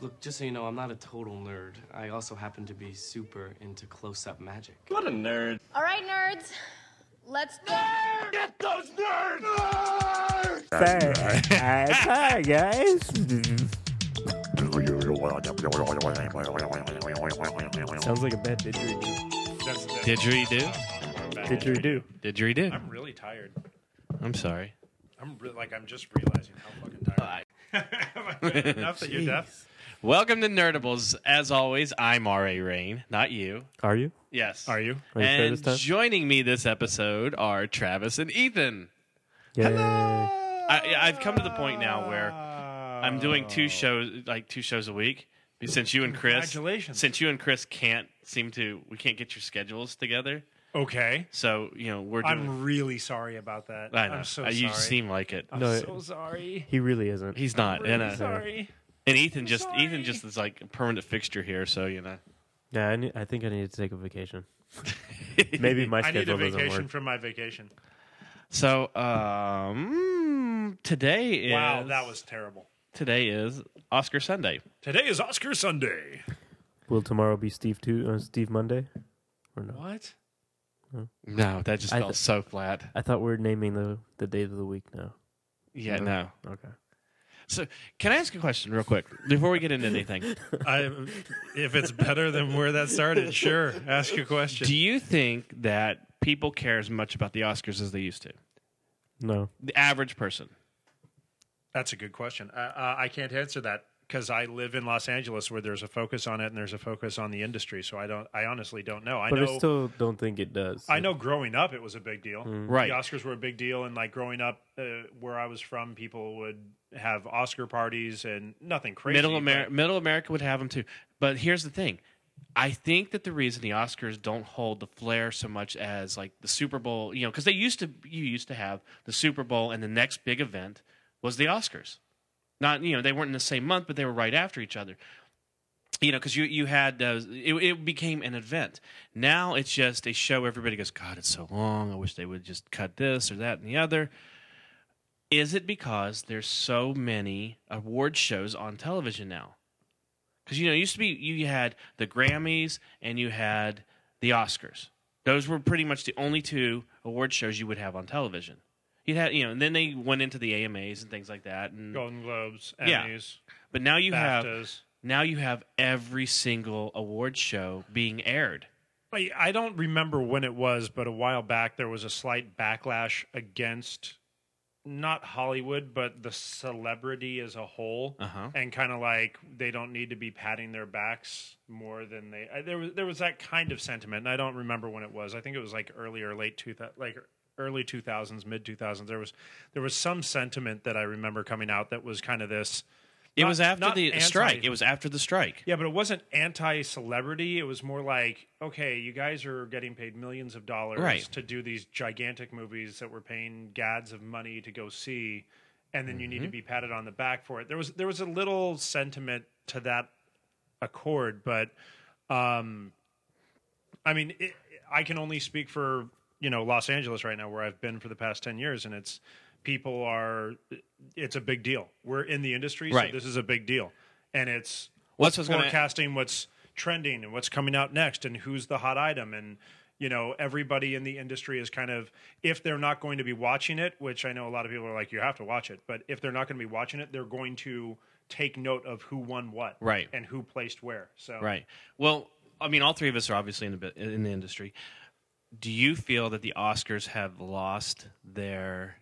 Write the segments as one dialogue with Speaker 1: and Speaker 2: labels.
Speaker 1: Look, just so you know, I'm not a total nerd. I also happen to be super into close up magic.
Speaker 2: What a nerd.
Speaker 3: All right, nerds, let's go.
Speaker 2: Get those nerds! nerds!
Speaker 4: Sorry. Uh, sorry, guys. Sounds like a bad didgeridoo.
Speaker 5: That's, that's
Speaker 6: Didgeridoo?
Speaker 5: Bad.
Speaker 4: Didgeridoo.
Speaker 6: Didgeridoo.
Speaker 5: I'm really tired.
Speaker 6: I'm sorry.
Speaker 5: I'm re- like I'm just realizing how fucking tired. I am. Enough that you're deaf.
Speaker 6: Welcome to Nerdables. As always, I'm R.A. Rain, not you.
Speaker 4: Are you?
Speaker 6: Yes.
Speaker 5: Are you?
Speaker 4: Are you sure
Speaker 6: and
Speaker 4: this time?
Speaker 6: joining me this episode are Travis and Ethan.
Speaker 4: Yay.
Speaker 6: I, I've come to the point now where I'm doing two shows, like two shows a week. Since you and Chris,
Speaker 5: Congratulations.
Speaker 6: since you and Chris can't seem to, we can't get your schedules together.
Speaker 5: Okay.
Speaker 6: So you know we're doing.
Speaker 5: I'm really sorry about that.
Speaker 6: I know.
Speaker 5: am so
Speaker 6: Uh, you
Speaker 5: sorry.
Speaker 6: seem like it.
Speaker 5: I'm
Speaker 4: No,
Speaker 5: so sorry.
Speaker 4: He really isn't.
Speaker 6: He's not,
Speaker 5: Really
Speaker 6: and, uh,
Speaker 5: sorry.
Speaker 6: and Ethan just
Speaker 5: sorry.
Speaker 6: Ethan just is like a permanent fixture here. So you know,
Speaker 4: Yeah, I, need, I think I need to take a vacation. Maybe my
Speaker 5: I need a
Speaker 4: schedule doesn't
Speaker 5: vacation
Speaker 4: work.
Speaker 5: from my vacation.
Speaker 6: So um, today is
Speaker 5: Wow, that was terrible.
Speaker 6: today is Oscar Sunday.
Speaker 5: Today is Oscar Sunday.
Speaker 4: Will tomorrow be Steve too? Uh, Steve Monday? Or no?
Speaker 5: What?
Speaker 6: No, that just
Speaker 4: I
Speaker 6: felt
Speaker 4: th-
Speaker 6: so flat.
Speaker 4: I thought we were naming the the days of the week now.
Speaker 6: Yeah, no.
Speaker 4: Okay.
Speaker 6: So can I ask a question real quick before we get into anything?
Speaker 5: I, if it's better than where that started, sure. Ask a question.
Speaker 6: Do you think that people care as much about the Oscars as they used to?
Speaker 4: No.
Speaker 6: The average person.
Speaker 5: That's a good question. Uh, uh, I can't answer that because I live in Los Angeles, where there's a focus on it and there's a focus on the industry. So I don't. I honestly don't know. I
Speaker 4: But
Speaker 5: know.
Speaker 4: I still Mm. don't think it does.
Speaker 5: I know. Growing up, it was a big deal.
Speaker 6: Right.
Speaker 5: The Oscars were a big deal, and like growing up, uh, where I was from, people would have Oscar parties and nothing crazy.
Speaker 6: middle
Speaker 5: but-
Speaker 6: America, middle America would have them too. But here's the thing. I think that the reason the Oscars don't hold the flair so much as like the Super Bowl, you know, because they used to you used to have the Super Bowl and the next big event was the Oscars. Not you know they weren't in the same month, but they were right after each other. You know, because you you had those, it, it became an event. Now it's just a show. Everybody goes, God, it's so long. I wish they would just cut this or that and the other. Is it because there's so many award shows on television now? Because you know, it used to be you had the Grammys and you had the Oscars. Those were pretty much the only two award shows you would have on television. You had, you know, and then they went into the AMAs and things like that. And
Speaker 5: Golden Globes,
Speaker 6: Yeah.
Speaker 5: Emmys,
Speaker 6: but now you have
Speaker 5: BAFTAs.
Speaker 6: now you have every single award show being aired.
Speaker 5: I, I don't remember when it was, but a while back there was a slight backlash against not Hollywood, but the celebrity as a whole,
Speaker 6: Uh-huh.
Speaker 5: and kind of like they don't need to be patting their backs more than they. I, there was there was that kind of sentiment, and I don't remember when it was. I think it was like early or late two thou- like early two thousands, mid two thousands. There was there was some sentiment that I remember coming out that was kind of this.
Speaker 6: It
Speaker 5: Not-
Speaker 6: was after
Speaker 5: not
Speaker 6: the
Speaker 5: anti-
Speaker 6: strike. It was after the strike.
Speaker 5: Yeah, but it wasn't anti celebrity. It was more like, okay, you guys are getting paid millions of dollars
Speaker 6: Right.
Speaker 5: to do these gigantic movies that we're paying gads of money to go see, and then you need to
Speaker 6: Mm-hmm.
Speaker 5: be patted on the back for it. There was there was a little sentiment to that accord, but um, I mean, it, I can only speak for you know Los Angeles right now, where I've been for the past ten years, and it's people are it's a big deal. We're in the industry,
Speaker 6: Right.
Speaker 5: so this is a big deal, and it's
Speaker 6: Well, that's what's gonna-
Speaker 5: forecasting what's trending and what's coming out next and who's the hot item and you know everybody in the industry is kind of if they're not going to be watching it which i know a lot of people are like you have to watch it but if they're not going to be watching it they're going to take note of who won what
Speaker 6: Right.
Speaker 5: and who placed where so
Speaker 6: Right. Well, I mean, all three of us are obviously in the bu- in the industry. Do you feel that the Oscars have lost their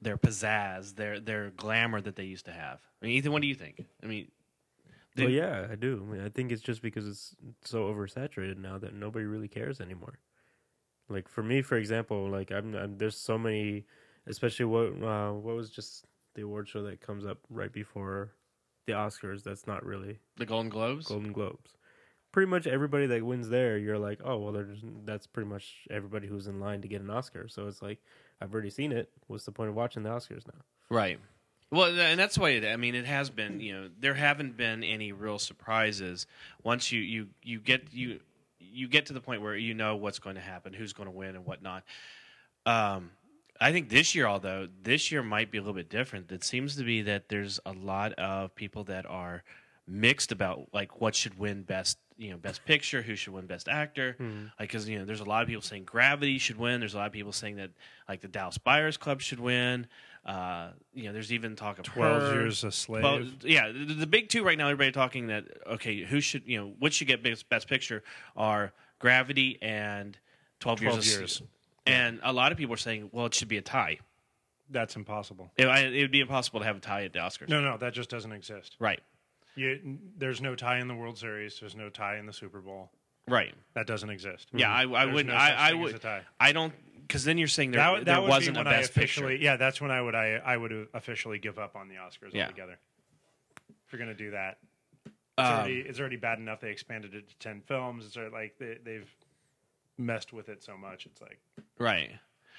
Speaker 6: their pizzazz, their their glamour that they used to have? I mean, Ethan, what do you think? I mean,
Speaker 4: Well, yeah, I do. I, mean, I think it's just because it's so oversaturated now that nobody really cares anymore. Like for me, for example, like I'm, I'm there's so many, especially what uh, what was just the award show that comes up right before the Oscars. That's not really
Speaker 6: the Golden Globes.
Speaker 4: Golden Globes. Pretty much everybody that wins there, you're like, oh well, there's that's pretty much everybody who's in line to get an Oscar. So it's like I've already seen it. What's the point of watching the Oscars now?
Speaker 6: Right. Well, th- and that's why it, I mean it has been. You know, there haven't been any real surprises. Once you you you get you you get to the point where you know what's going to happen, who's going to win, and whatnot. Um, I think this year, although this year might be a little bit different, it seems to be that there's a lot of people that are mixed about like what should win best you know best picture who should win best actor
Speaker 5: Hmm.
Speaker 6: like because you know there's a lot of people saying gravity should win there's a lot of people saying that like the dallas buyers club should win uh you know there's even talk of
Speaker 5: 12
Speaker 6: Her.
Speaker 5: Years a Slave.
Speaker 6: Well, yeah, the, the big two right now. Everybody talking that okay, who should you know what should get best, best picture are Gravity and Twelve,
Speaker 5: 12
Speaker 6: Years. a
Speaker 5: Years.
Speaker 6: S- And a lot of people are saying, well, it should be a tie.
Speaker 5: That's impossible.
Speaker 6: It, I- it would be impossible to have a tie at the Oscars.
Speaker 5: No, no, that just doesn't exist.
Speaker 6: Right,
Speaker 5: You, there's no tie in the World Series. There's no tie in the Super Bowl.
Speaker 6: right.
Speaker 5: That doesn't exist.
Speaker 6: Yeah, I, I
Speaker 5: Mm-hmm. There's
Speaker 6: wouldn't.
Speaker 5: no
Speaker 6: I,
Speaker 5: such
Speaker 6: I
Speaker 5: thing as
Speaker 6: would.
Speaker 5: a tie.
Speaker 6: I don't because then you're saying there,
Speaker 5: That, that
Speaker 6: there
Speaker 5: would
Speaker 6: wasn't
Speaker 5: be
Speaker 6: a
Speaker 5: when
Speaker 6: best
Speaker 5: I officially,
Speaker 6: picture.
Speaker 5: Yeah, that's when I would I, I would officially give up on the Oscars
Speaker 6: Yeah.
Speaker 5: altogether. If you're gonna do that, it's,
Speaker 6: Um,
Speaker 5: already, it's already bad enough they expanded it to ten films. It's already, like they, they've messed with it so much. It's like
Speaker 6: Right.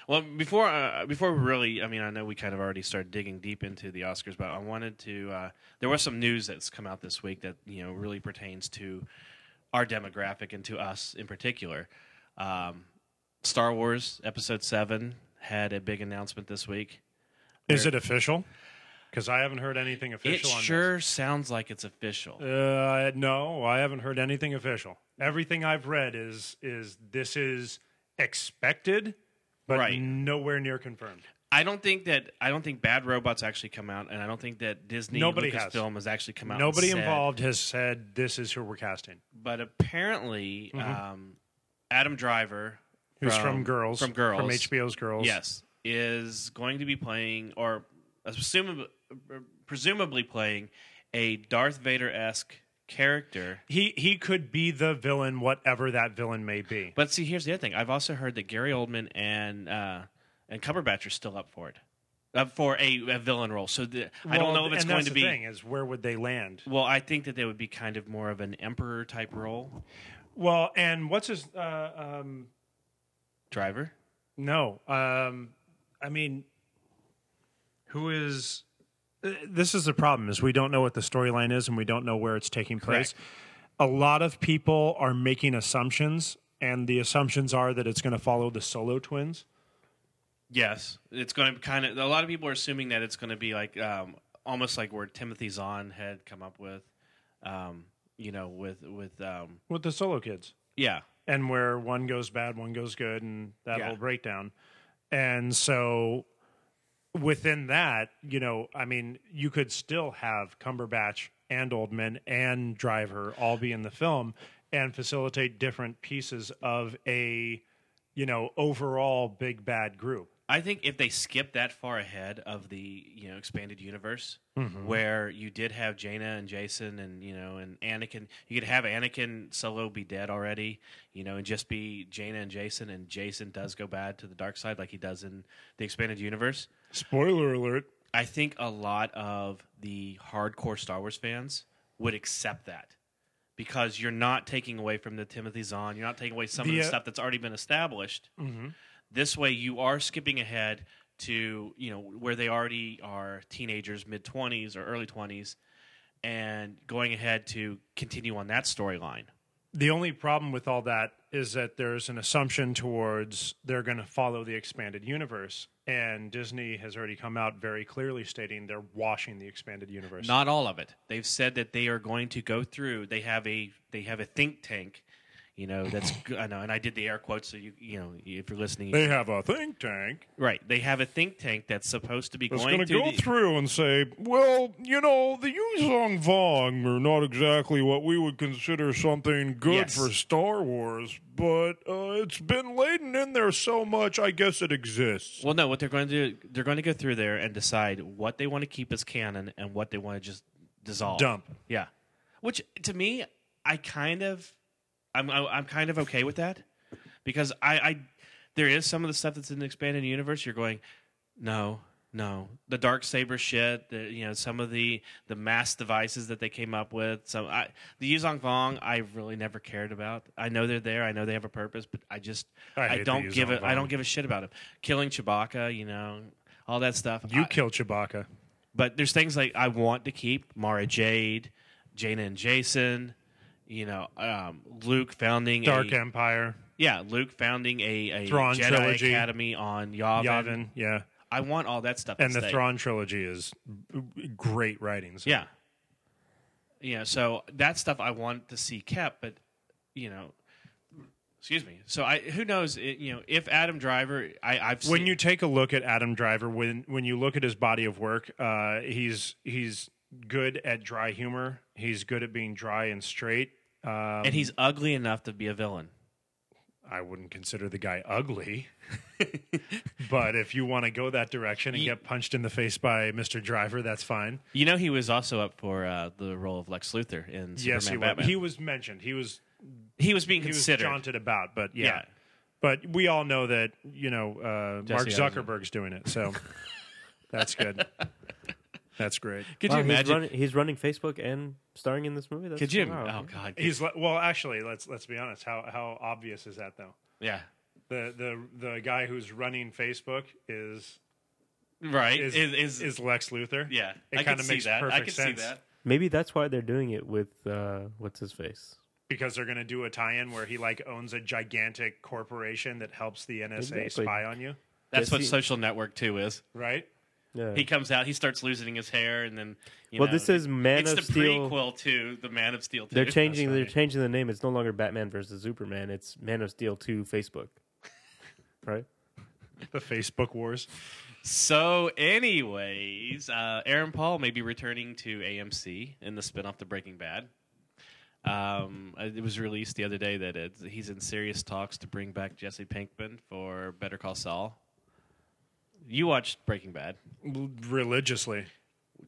Speaker 6: Well, before uh, before we really, I mean, I know we kind of already started digging deep into the Oscars, but I wanted to. Uh, there was some news that's come out this week that you know really pertains to our demographic and to us in particular. Um, Star Wars Episode Seven had a big announcement this week.
Speaker 5: is it official? Because I haven't heard anything official.
Speaker 6: it
Speaker 5: on
Speaker 6: sure sounds like it's official.
Speaker 5: This. Uh, no, I haven't heard anything official. Everything I've read is is this is expected, but
Speaker 6: Right.
Speaker 5: nowhere near confirmed.
Speaker 6: I don't think that I don't think Bad Robots actually come out, and I don't think that Disney
Speaker 5: Nobody has.
Speaker 6: Lucasfilm has actually come out. and
Speaker 5: Nobody
Speaker 6: said-
Speaker 5: involved has said this is who we're casting.
Speaker 6: but apparently
Speaker 5: Mm-hmm.
Speaker 6: um, Adam Driver,
Speaker 5: who's from, Girls,
Speaker 6: from Girls,
Speaker 5: from HBO's Girls.
Speaker 6: yes, is going to be playing or assumab- presumably playing a Darth Vader esque character.
Speaker 5: he he could be the villain, whatever that villain may be.
Speaker 6: But see, here's the other thing. I've also heard that Gary Oldman and uh, and Cumberbatch are still up for it, up for a, a villain role. So the, I don't
Speaker 5: Well,
Speaker 6: know if it's
Speaker 5: and
Speaker 6: going
Speaker 5: that's
Speaker 6: to
Speaker 5: the
Speaker 6: be.
Speaker 5: Thing is, where would they land?
Speaker 6: Well, I think that they would be kind of more of an emperor type role.
Speaker 5: Well, and what's his? Uh, um,
Speaker 6: Driver,
Speaker 5: no, um, I mean, who is? uh, This is the problem: is we don't know what the storyline is, and we don't know where it's taking place. A lot of people are making assumptions, and the assumptions are that it's going to follow the Solo twins.
Speaker 6: Yes, it's going to kind of. A lot of people are assuming that it's going to be like um, almost like where Timothy Zahn had come up with, um, you know, with with um,
Speaker 5: With the Solo kids.
Speaker 6: yeah,
Speaker 5: and where one goes bad, one goes good, and that
Speaker 6: Yeah.
Speaker 5: whole breakdown. And so within that, you know, I mean, you could still have Cumberbatch and Oldman and Driver all be in the film and facilitate different pieces of a, you know, overall big bad group.
Speaker 6: I think if they skip that far ahead of the you know expanded universe, where you did have Jaina and Jason and you know and Anakin, you could have Anakin Solo be dead already, you know, and just be Jaina and Jason, and Jason does go bad to the dark side like he does in the expanded universe.
Speaker 5: Spoiler alert.
Speaker 6: I think a lot of the hardcore Star Wars fans would accept that because you're not taking away from the Timothy Zahn, you're not taking away some of
Speaker 5: The,
Speaker 6: the
Speaker 5: uh,
Speaker 6: stuff that's already been established. This way, you are skipping ahead to you know where they already are teenagers, mid twenties or early twenties, and going ahead to continue on that storyline.
Speaker 5: The only problem with all that is that there's an assumption towards they're going to follow the expanded universe. And Disney has already come out very clearly stating they're washing the expanded universe.
Speaker 6: Not all of it. They've said that they are going to go through. They have a they have a think tank, you know. That's I know, and I did the air quotes. So you you know, if you're listening,
Speaker 5: they have a think tank
Speaker 6: right? They have a think tank that's supposed to be
Speaker 2: It's
Speaker 6: going
Speaker 2: gonna
Speaker 6: through.
Speaker 2: go
Speaker 6: the-
Speaker 2: through and say, well, you know, the Yuzong Vong are not exactly what we would consider something good
Speaker 6: Yes.
Speaker 2: for Star Wars, but uh, it's been laden in there so much, I guess it exists.
Speaker 6: Well, no, what they're going to do, they're going to go through there and decide what they want to keep as canon and what they want to just dissolve.
Speaker 5: dump.
Speaker 6: Yeah. Which to me, I kind of, I'm I- I'm kind of okay with that because I I there is some of the stuff that's in the expanded universe. You're going, no, no, the dark saber shit. The, you know some of the the mass devices that they came up with. Some I, the Yuzong Vong, I really never cared about. I know they're there. I know they have a purpose, but I just
Speaker 5: I
Speaker 6: I,
Speaker 5: hate the
Speaker 6: don't give
Speaker 5: Yuzong
Speaker 6: a I
Speaker 5: Vong.
Speaker 6: don't give a shit about them. Killing Chewbacca, you know. All that stuff.
Speaker 5: You
Speaker 6: I-
Speaker 5: kill Chewbacca.
Speaker 6: but there's things like I want to keep Mara Jade, Jaina and Jason, you know, um, Luke founding
Speaker 5: Dark
Speaker 6: a,
Speaker 5: Empire.
Speaker 6: yeah, Luke founding a, a
Speaker 5: Thrawn
Speaker 6: Jedi
Speaker 5: trilogy.
Speaker 6: Academy on Yavin.
Speaker 5: Yavin. Yeah.
Speaker 6: I want all that stuff.
Speaker 5: And
Speaker 6: to
Speaker 5: the
Speaker 6: stay.
Speaker 5: Thrawn trilogy is b- b- great writing. So
Speaker 6: yeah. You know, so that stuff I want to see kept, but you know, excuse me. So I who knows? It, you know, if Adam Driver, I, I've seen,
Speaker 5: when you take a look at Adam Driver, when when you look at his body of work, uh, he's he's good at dry humor. He's good at being dry and straight. Um,
Speaker 6: and he's ugly enough to be a villain.
Speaker 5: I wouldn't consider the guy ugly, but if you want to go that direction and
Speaker 6: Ye-
Speaker 5: get punched in the face by Mr. Driver, that's fine.
Speaker 6: You know, he was also up for uh, the role of Lex Luthor in Superman
Speaker 5: yes, he was.
Speaker 6: Batman.
Speaker 5: He was mentioned. He was
Speaker 6: He, was being
Speaker 5: he was
Speaker 6: considered.
Speaker 5: jaunted about, but yeah.
Speaker 6: Yeah.
Speaker 5: But we all know that you know uh, Mark
Speaker 6: Jesse Eisenberg.
Speaker 5: Zuckerberg's doing it, so that's good. That's great.
Speaker 6: Could
Speaker 4: Wow,
Speaker 6: you
Speaker 4: Oh, he's,
Speaker 6: imagine?
Speaker 4: running, he's running Facebook and starring in this movie. That's
Speaker 6: could you?
Speaker 4: wow.
Speaker 6: Oh God.
Speaker 5: He's li- well, actually, let's let's be honest. How how obvious is that though?
Speaker 6: yeah.
Speaker 5: The the the guy who's running Facebook is
Speaker 6: Right.
Speaker 5: is
Speaker 6: is,
Speaker 5: is, Lex Luthor.
Speaker 6: yeah.
Speaker 5: it
Speaker 6: I
Speaker 5: kind
Speaker 6: can
Speaker 5: of
Speaker 6: see
Speaker 5: makes
Speaker 6: that.
Speaker 5: perfect
Speaker 6: I can
Speaker 5: sense
Speaker 6: see that.
Speaker 4: Maybe that's why they're doing it with uh, what's his face.
Speaker 5: because they're going to do a tie-in where he like owns a gigantic corporation that helps the NSA
Speaker 4: Exactly.
Speaker 5: spy on you,
Speaker 6: That's what
Speaker 4: Jesse-
Speaker 6: Social Network Two is.
Speaker 5: right?
Speaker 4: Yeah.
Speaker 6: He comes out, he starts losing his hair, and then you
Speaker 4: well,
Speaker 6: know,
Speaker 4: this is Man
Speaker 6: it's
Speaker 4: of
Speaker 6: the
Speaker 4: Steel.
Speaker 6: prequel to the Man of Steel. 2.
Speaker 4: They're changing. They're
Speaker 5: right.
Speaker 4: changing the name. It's no longer Batman versus Superman. It's Man of Steel Two Facebook. right.
Speaker 5: The Facebook wars.
Speaker 6: So, anyways, uh, Aaron Paul may be returning to AMC in the spinoff to Breaking Bad. Um, uh, it was released the other day that it's, he's in serious talks to bring back Jesse Pinkman for Better Call Saul. You watched Breaking Bad.
Speaker 5: L- religiously.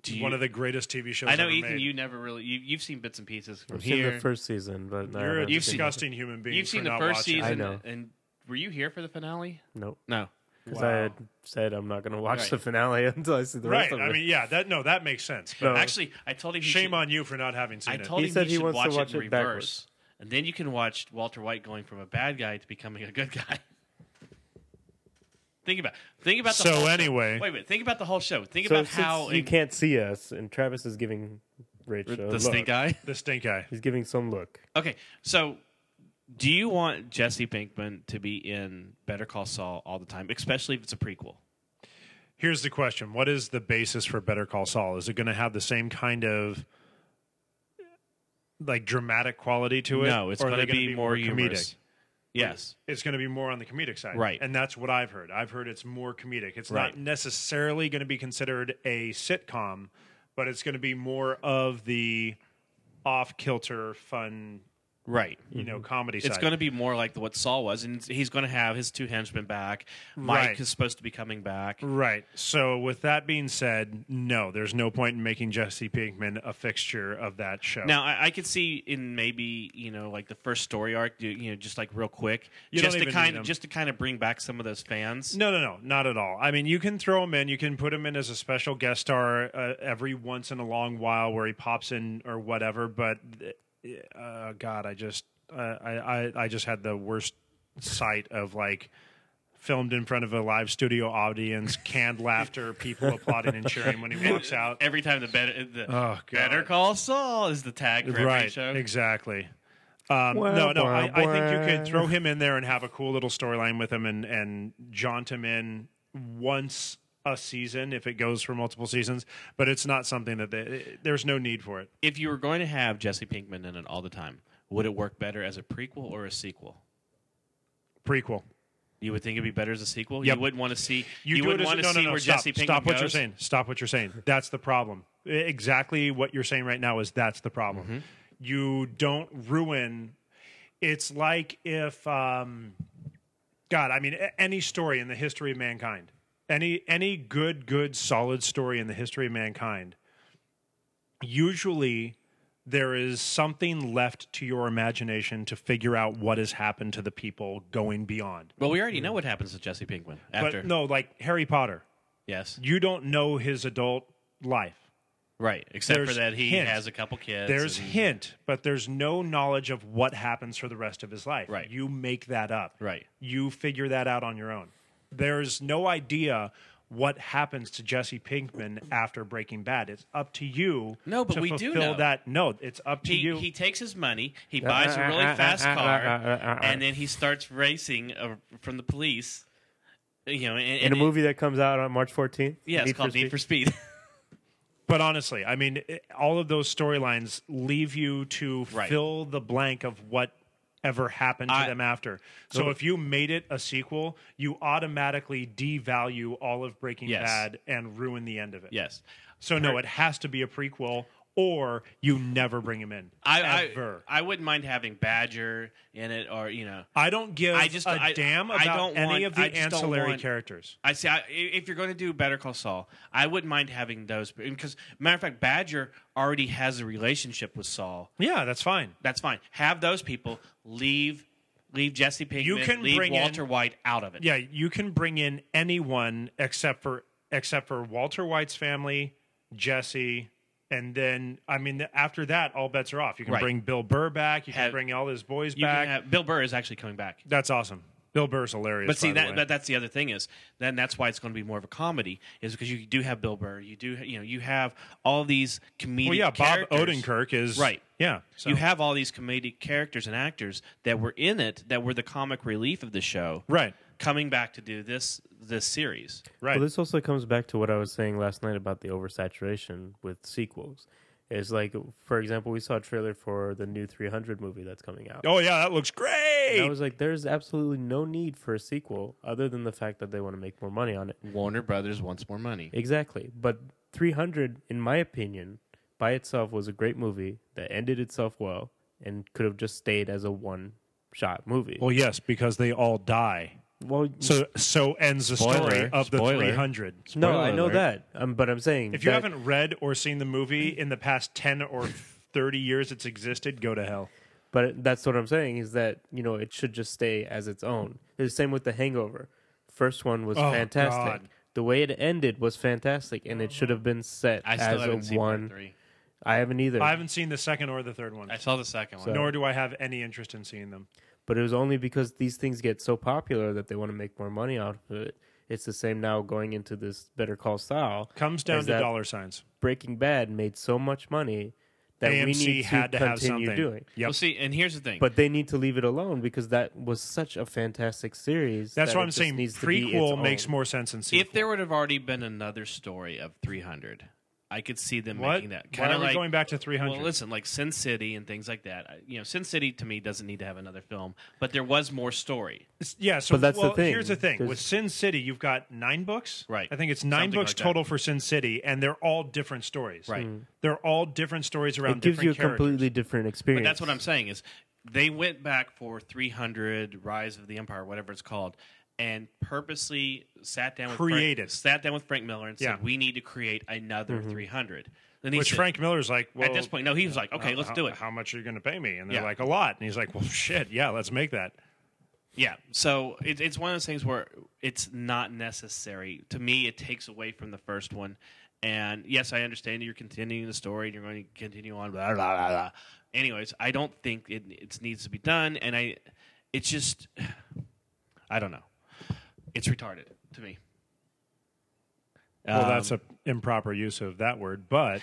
Speaker 6: Do you-
Speaker 5: One of the greatest TV shows
Speaker 6: I know
Speaker 5: ever
Speaker 6: Ethan.
Speaker 5: made.
Speaker 6: You never really you, you've seen bits and pieces from
Speaker 4: I've seen
Speaker 6: here.
Speaker 4: the first season, but no, I
Speaker 5: You're a
Speaker 4: haven't
Speaker 6: You've
Speaker 4: seen-
Speaker 5: disgusting human being.
Speaker 6: you've
Speaker 5: for
Speaker 6: seen the
Speaker 5: not
Speaker 6: first
Speaker 5: watching it.
Speaker 6: season,
Speaker 4: know.
Speaker 6: and were you here for the finale?
Speaker 4: Nope.
Speaker 6: No.
Speaker 4: Because
Speaker 5: Wow.
Speaker 4: I had said I'm not going to watch
Speaker 6: Right.
Speaker 4: the finale until I see the
Speaker 5: Right.
Speaker 4: rest of it.
Speaker 5: I mean, yeah. That no, that makes sense. But
Speaker 4: No.
Speaker 6: Actually, I told him he
Speaker 5: shame
Speaker 6: should-
Speaker 5: on you for not having seen
Speaker 6: I
Speaker 5: it.
Speaker 6: told
Speaker 4: He
Speaker 6: him
Speaker 4: said
Speaker 6: he,
Speaker 4: he
Speaker 6: should
Speaker 4: wants to
Speaker 6: watch,
Speaker 4: watch
Speaker 6: it in
Speaker 4: it
Speaker 6: reverse,
Speaker 4: backwards.
Speaker 6: and then you can watch Walter White going from a bad guy to becoming a good guy. think about, think about. The
Speaker 5: So
Speaker 6: whole show.
Speaker 5: anyway-
Speaker 6: wait a minute. Think about the whole show. Think
Speaker 4: so
Speaker 6: about
Speaker 4: since
Speaker 6: how
Speaker 4: you
Speaker 6: in-
Speaker 4: can't see us, and Travis is giving Rich a
Speaker 6: the
Speaker 4: look.
Speaker 6: stink eye.
Speaker 5: the stink eye.
Speaker 4: He's giving some look.
Speaker 6: Okay, so do you want Jesse Pinkman to be in Better Call Saul all the time, especially if it's a prequel?
Speaker 5: Here's the question: What is the basis for Better Call Saul? Is it going to have the same kind of like dramatic quality to it?
Speaker 6: no, it's
Speaker 5: Or are
Speaker 6: going to
Speaker 5: they gonna
Speaker 6: be more
Speaker 5: comedic.
Speaker 6: humorous. Yes.
Speaker 5: It's going to be more on the comedic side,
Speaker 6: Right.
Speaker 5: And that's what I've heard. I've heard it's more comedic. It's
Speaker 6: Right.
Speaker 5: not necessarily going to be considered a sitcom, but it's going to be more of the off kilter, fun,
Speaker 6: Right.
Speaker 5: you know, comedy side.
Speaker 6: Mm-hmm. It's going to be more like what Saul was, and he's going to have his two henchmen back. Mike
Speaker 5: Right.
Speaker 6: is supposed to be coming back.
Speaker 5: Right. So, with that being said, no, there's no point in making Jesse Pinkman a fixture of that show.
Speaker 6: Now, I, I could see in maybe you know like the first story arc, you- you know, just like real quick,
Speaker 5: You
Speaker 6: just
Speaker 5: don't
Speaker 6: to
Speaker 5: even need
Speaker 6: kind
Speaker 5: 'em.
Speaker 6: of just to kind of bring back some of those fans.
Speaker 5: no, no, no, not at all. I mean, you can throw him in. You can put him in as a special guest star uh, every once in a long while, where he pops in or whatever. But, uh, God, I just, uh, I, I, I just had the worst sight of like filmed in front of a live studio audience, canned laughter, people applauding and cheering when he walks out.
Speaker 6: Every time the better the
Speaker 5: Oh, God.
Speaker 6: better call Saul is the tag for every
Speaker 5: right
Speaker 6: show.
Speaker 5: exactly um,
Speaker 4: Wah,
Speaker 5: no no I,
Speaker 4: wah,
Speaker 5: I think you
Speaker 4: wah.
Speaker 5: could throw him in there and have a cool little storyline with him and and jaunt him in once a season if it goes for multiple seasons but it's not something that they, there's no need for it
Speaker 6: If you were going to have Jesse Pinkman in it all the time, would it work better as a prequel or a sequel?
Speaker 5: prequel
Speaker 6: You would think it'd be better as a sequel.
Speaker 5: Yep.
Speaker 6: You wouldn't want to see.
Speaker 5: you, do it
Speaker 6: wouldn't
Speaker 5: as,
Speaker 6: want to
Speaker 5: no,
Speaker 6: see
Speaker 5: no, no,
Speaker 6: where
Speaker 5: stop,
Speaker 6: Jesse Pinkman
Speaker 5: stop what
Speaker 6: goes?
Speaker 5: you're saying stop what you're saying that's the problem E- exactly what you're saying right now is that's the problem
Speaker 6: Mm-hmm.
Speaker 5: you don't ruin it's like if um god i mean a- any story in the history of mankind any any good good solid story in the history of mankind usually there is something left to your imagination to figure out what has happened to the people going beyond
Speaker 6: Well, we already know what happens to Jesse Pinkman after.
Speaker 5: but no like harry potter
Speaker 6: Yes.
Speaker 5: you don't know his adult life.
Speaker 6: Right. Except for
Speaker 5: There's
Speaker 6: that he
Speaker 5: hints.
Speaker 6: has a couple kids.
Speaker 5: There's
Speaker 6: and-
Speaker 5: hint, but there's no knowledge of what happens for the rest of his life.
Speaker 6: Right.
Speaker 5: You make that up.
Speaker 6: Right.
Speaker 5: You figure that out on your own. There's no idea what happens to Jesse Pinkman after Breaking Bad. It's up to you.
Speaker 6: No, but
Speaker 5: to
Speaker 6: we do
Speaker 5: fulfill
Speaker 6: know.
Speaker 5: that. No, it's up to
Speaker 6: he,
Speaker 5: you. Uh,
Speaker 6: he takes his money, he buys a really fast car, and then he starts racing uh, from the police. You know, and,
Speaker 4: In
Speaker 6: and
Speaker 4: a movie that comes out on March 14th.
Speaker 6: It, yeah, it's called Need for Speed.
Speaker 5: But honestly, I mean, it- all of those storylines leave you to
Speaker 6: Right.
Speaker 5: fill the blank of what ever happened to
Speaker 6: I-
Speaker 5: them after. So if you made it a sequel, you automatically devalue all of Breaking
Speaker 6: Yes.
Speaker 5: Bad and ruin the end of it.
Speaker 6: Yes.
Speaker 5: So no, it has to be a prequel or you never bring him in.
Speaker 6: I,
Speaker 5: ever.
Speaker 6: I I wouldn't mind having Badger in it, or you know,
Speaker 5: I don't give
Speaker 6: I just-
Speaker 5: a
Speaker 6: I-
Speaker 5: damn
Speaker 6: I
Speaker 5: about
Speaker 6: don't
Speaker 5: any
Speaker 6: want-
Speaker 5: of the
Speaker 6: I just don't
Speaker 5: ancillary
Speaker 6: want-
Speaker 5: characters.
Speaker 6: I see. I, i- if you're going to do Better Call Saul, I wouldn't mind having those because, matter of fact, Badger already has a relationship with Saul.
Speaker 5: Yeah, that's fine.
Speaker 6: That's fine. Have those people leave, leave Jesse Pinkman,
Speaker 5: You can
Speaker 6: leave
Speaker 5: bring
Speaker 6: Walter
Speaker 5: in-
Speaker 6: White out of it.
Speaker 5: Yeah, you can bring in anyone except for except for Walter White's family, Jesse, and then I mean after that all bets are off. You can
Speaker 6: Right.
Speaker 5: bring Bill Burr back. You can
Speaker 6: Have-
Speaker 5: bring all his boys
Speaker 6: you
Speaker 5: back.
Speaker 6: Can have, Bill Burr is actually coming back.
Speaker 5: that's awesome. Bill Burr's hilarious.
Speaker 6: But see
Speaker 5: by the
Speaker 6: that,
Speaker 5: way.
Speaker 6: but that's the other thing is then that's why it's going to be more of a comedy is because you do have Bill Burr, you do you know you have all these comedic.
Speaker 5: well, yeah, Bob
Speaker 6: characters.
Speaker 5: Odenkirk is
Speaker 6: Right.
Speaker 5: Yeah, so-
Speaker 6: You have all these comedic characters and actors that were in it that were the comic relief of the show,
Speaker 5: right,
Speaker 6: coming back to do this this series.
Speaker 5: right.
Speaker 4: Well, this also comes back to what I was saying last night about the oversaturation with sequels. It's like, for example, we saw a trailer for the new 300 movie that's coming out.
Speaker 5: oh yeah, that looks
Speaker 4: And I
Speaker 5: great.
Speaker 4: was like, there's absolutely no need for a sequel other than the fact that they want to make more money on it.
Speaker 6: Warner Brothers wants more money.
Speaker 4: Exactly. But 300, in my opinion, by itself was a great movie that ended itself well and could have just stayed as a one shot movie.
Speaker 5: Well, yes, because they all die.
Speaker 4: Well,
Speaker 5: So so ends the story
Speaker 6: Spoiler,
Speaker 5: of the
Speaker 6: spoiler.
Speaker 5: three hundred.
Speaker 4: no, I
Speaker 6: spoiler
Speaker 4: know
Speaker 6: alert.
Speaker 4: that. Um, but I'm saying
Speaker 5: If you
Speaker 4: that-
Speaker 5: haven't read or seen the movie in the past ten or thirty years it's existed, go to hell.
Speaker 4: But that's what I'm saying is that you know it should just stay as its own. The same with The Hangover. First one was
Speaker 5: Oh,
Speaker 4: fantastic.
Speaker 5: God.
Speaker 4: The way it ended was fantastic, and it should have been set
Speaker 6: I still haven't
Speaker 4: as a
Speaker 6: seen part
Speaker 4: one.
Speaker 6: three.
Speaker 4: I haven't either.
Speaker 5: I haven't seen the second or the third one,
Speaker 6: I saw the second one.
Speaker 5: nor do I have any interest in seeing them.
Speaker 4: But it was only because these things get so popular that they want to make more money out of it. It's the same now going into this Better Call Saul.
Speaker 5: Comes down
Speaker 4: is
Speaker 5: to
Speaker 4: that
Speaker 5: dollar signs.
Speaker 4: Breaking Bad made so much money that we
Speaker 5: AMC
Speaker 4: need to
Speaker 5: had to have
Speaker 4: continue
Speaker 5: something.
Speaker 4: doing.
Speaker 5: Yep.
Speaker 6: Well, see, and here's the thing.
Speaker 4: But they need to leave it alone because that was such a fantastic series.
Speaker 5: That's
Speaker 4: that
Speaker 5: why
Speaker 4: it
Speaker 5: I'm
Speaker 4: just
Speaker 5: saying
Speaker 4: needs to be its
Speaker 5: prequel makes
Speaker 4: own.
Speaker 5: more sense than sequel.
Speaker 6: if there would have already been another story of 300, I could see them
Speaker 5: what?
Speaker 6: making that.
Speaker 5: Why
Speaker 6: Kind
Speaker 5: are
Speaker 6: of
Speaker 5: we
Speaker 6: like
Speaker 5: going back to 300?
Speaker 6: Well, listen, like Sin City and things like that. I- You know, Sin City to me doesn't need to have another film, but there was more story.
Speaker 5: It's- yeah, so
Speaker 4: But that's the
Speaker 5: well,
Speaker 4: thing.
Speaker 5: here's the thing. With
Speaker 4: There's-
Speaker 5: Sin City, you've got nine books.
Speaker 6: Right.
Speaker 5: I think it's nine
Speaker 6: Something
Speaker 5: books
Speaker 6: like that.
Speaker 5: total for Sin City, and they're all different stories.
Speaker 6: Right. Mm.
Speaker 5: They're all different stories around
Speaker 4: Hmm. it gives you a
Speaker 5: different characters.
Speaker 4: completely different experience.
Speaker 6: But that's what I'm saying is they went back for 300 Rise of the Empire, whatever it's called, and purposely sat down with Frank,
Speaker 5: Created.
Speaker 6: sat down with Frank Miller and said,
Speaker 5: Yeah. Mm-hmm.
Speaker 6: "We need to create another 300." Then he
Speaker 5: Which
Speaker 6: said-
Speaker 5: Frank Miller's like, well,
Speaker 6: at this point, no, he was like, "Okay,
Speaker 5: how-
Speaker 6: let's
Speaker 5: how-
Speaker 6: do it."
Speaker 5: How much are you going to pay me? And they're
Speaker 6: Yeah.
Speaker 5: like, a lot. And he's like, well, shit, yeah, let's make that.
Speaker 6: Yeah. So it, it's one of those things where it's not necessary. To me, it takes away from the first one. And yes, I understand you're continuing the story and you're going to continue on, blah, blah, blah, blah. Anyways, I don't think it, it needs to be done. And I, it's just, I don't know. It's retarded to me. Um,
Speaker 5: Well, that's an improper use of that word, but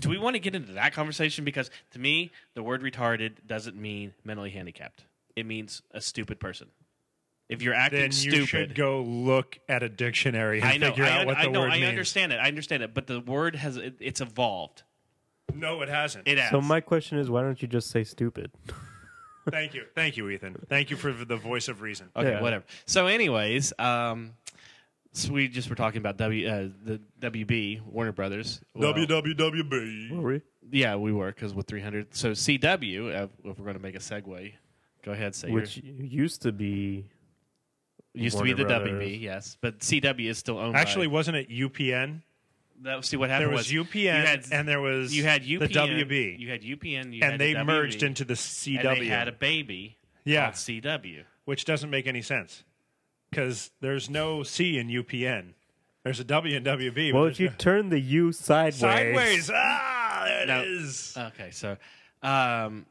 Speaker 6: Do we want to get into that conversation? Because to me, the word retarded doesn't mean mentally handicapped, it means a stupid person. If you're acting
Speaker 5: then you
Speaker 6: stupid,
Speaker 5: should go look at a dictionary and
Speaker 6: I know.
Speaker 5: figure
Speaker 6: I,
Speaker 5: out
Speaker 6: un-
Speaker 5: what the
Speaker 6: I know.
Speaker 5: word
Speaker 6: I
Speaker 5: means.
Speaker 6: understand it. I understand it. But the word has it, it's evolved.
Speaker 5: No, it hasn't.
Speaker 6: It has.
Speaker 4: So my question is, why don't you just say stupid?
Speaker 5: Thank you. Thank you, Ethan. Thank you for the voice of reason.
Speaker 6: okay,
Speaker 4: Yeah.
Speaker 6: whatever. So, anyways, um, so we just were talking about W uh, the WB Warner Brothers. Well, Oh,
Speaker 5: WWWB.
Speaker 6: Yeah, we were because with 300. So CW, uh, if we're going to make a segue, go ahead. Say
Speaker 4: Which
Speaker 6: your-
Speaker 4: used to be
Speaker 6: used to be
Speaker 4: Warner
Speaker 6: the
Speaker 4: Brothers.
Speaker 6: WB, yes, but CW is still owned.
Speaker 5: Actually,
Speaker 6: by,
Speaker 5: wasn't it UPN?
Speaker 6: that, see what
Speaker 5: There
Speaker 6: happened
Speaker 5: was
Speaker 6: you
Speaker 5: UPN
Speaker 6: had-
Speaker 5: and there was
Speaker 6: you had
Speaker 5: the
Speaker 6: UPN,
Speaker 5: WB.
Speaker 6: you had UPN, you had
Speaker 5: and
Speaker 6: the
Speaker 5: they
Speaker 6: WB,
Speaker 5: merged into the CW,
Speaker 6: and they had a baby.
Speaker 5: Yeah.
Speaker 6: called CW.
Speaker 5: which doesn't make any sense because there's no C in UPN. There's a W in WB. but
Speaker 4: well,
Speaker 5: there's
Speaker 4: if you
Speaker 5: no-
Speaker 4: turn the U sideways,
Speaker 5: sideways, ah, there it
Speaker 6: No.
Speaker 5: is.
Speaker 6: Okay, so um,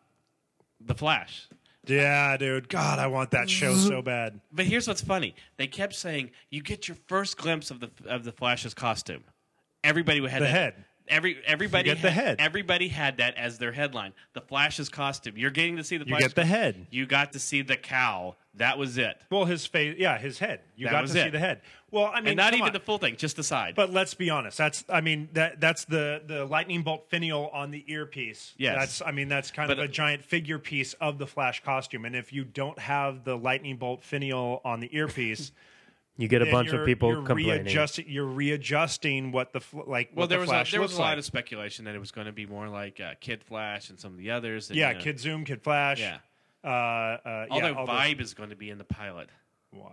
Speaker 6: the Flash.
Speaker 5: Yeah, dude. God, I want that show so bad.
Speaker 6: But here's what's funny: they kept saying you get your first glimpse of the of the Flash's costume. Everybody had
Speaker 5: The
Speaker 6: that-
Speaker 5: head.
Speaker 6: Every everybody
Speaker 5: You get the
Speaker 6: had-
Speaker 5: head.
Speaker 6: Everybody had that as their headline. The Flash's costume. You're getting to see the.
Speaker 5: You
Speaker 6: Flash's
Speaker 5: get the head.
Speaker 6: You got to see the cow. That was it.
Speaker 5: Well, his face, yeah, his head. You
Speaker 6: That
Speaker 5: got to
Speaker 6: was
Speaker 5: see
Speaker 6: it.
Speaker 5: the head. Well, I mean,
Speaker 6: and not
Speaker 5: come
Speaker 6: even
Speaker 5: on.
Speaker 6: the full thing, just the side.
Speaker 5: But let's be honest. That's I mean that that's the the lightning bolt finial on the earpiece.
Speaker 6: Yes.
Speaker 5: That's I mean that's kind
Speaker 6: But- uh,
Speaker 5: of a giant figure piece of the Flash costume. And if you don't have the lightning bolt finial on the earpiece,
Speaker 4: You get a
Speaker 5: then
Speaker 4: bunch
Speaker 5: you're-
Speaker 4: of people
Speaker 5: you're
Speaker 4: complaining.
Speaker 5: Readjusting, you're readjusting what the fl- like.
Speaker 6: well,
Speaker 5: what
Speaker 6: there
Speaker 5: the
Speaker 6: was
Speaker 5: Flash
Speaker 6: a, there was
Speaker 5: looks
Speaker 6: a lot
Speaker 5: like.
Speaker 6: of speculation that it was going to be more like uh, Kid Flash and some of the others. and,
Speaker 5: yeah,
Speaker 6: you know,
Speaker 5: Kid Zoom, Kid Flash.
Speaker 6: Yeah.
Speaker 5: Uh, uh,
Speaker 6: All
Speaker 5: yeah,
Speaker 6: their
Speaker 5: all those-
Speaker 6: vibe is going to be in the pilot.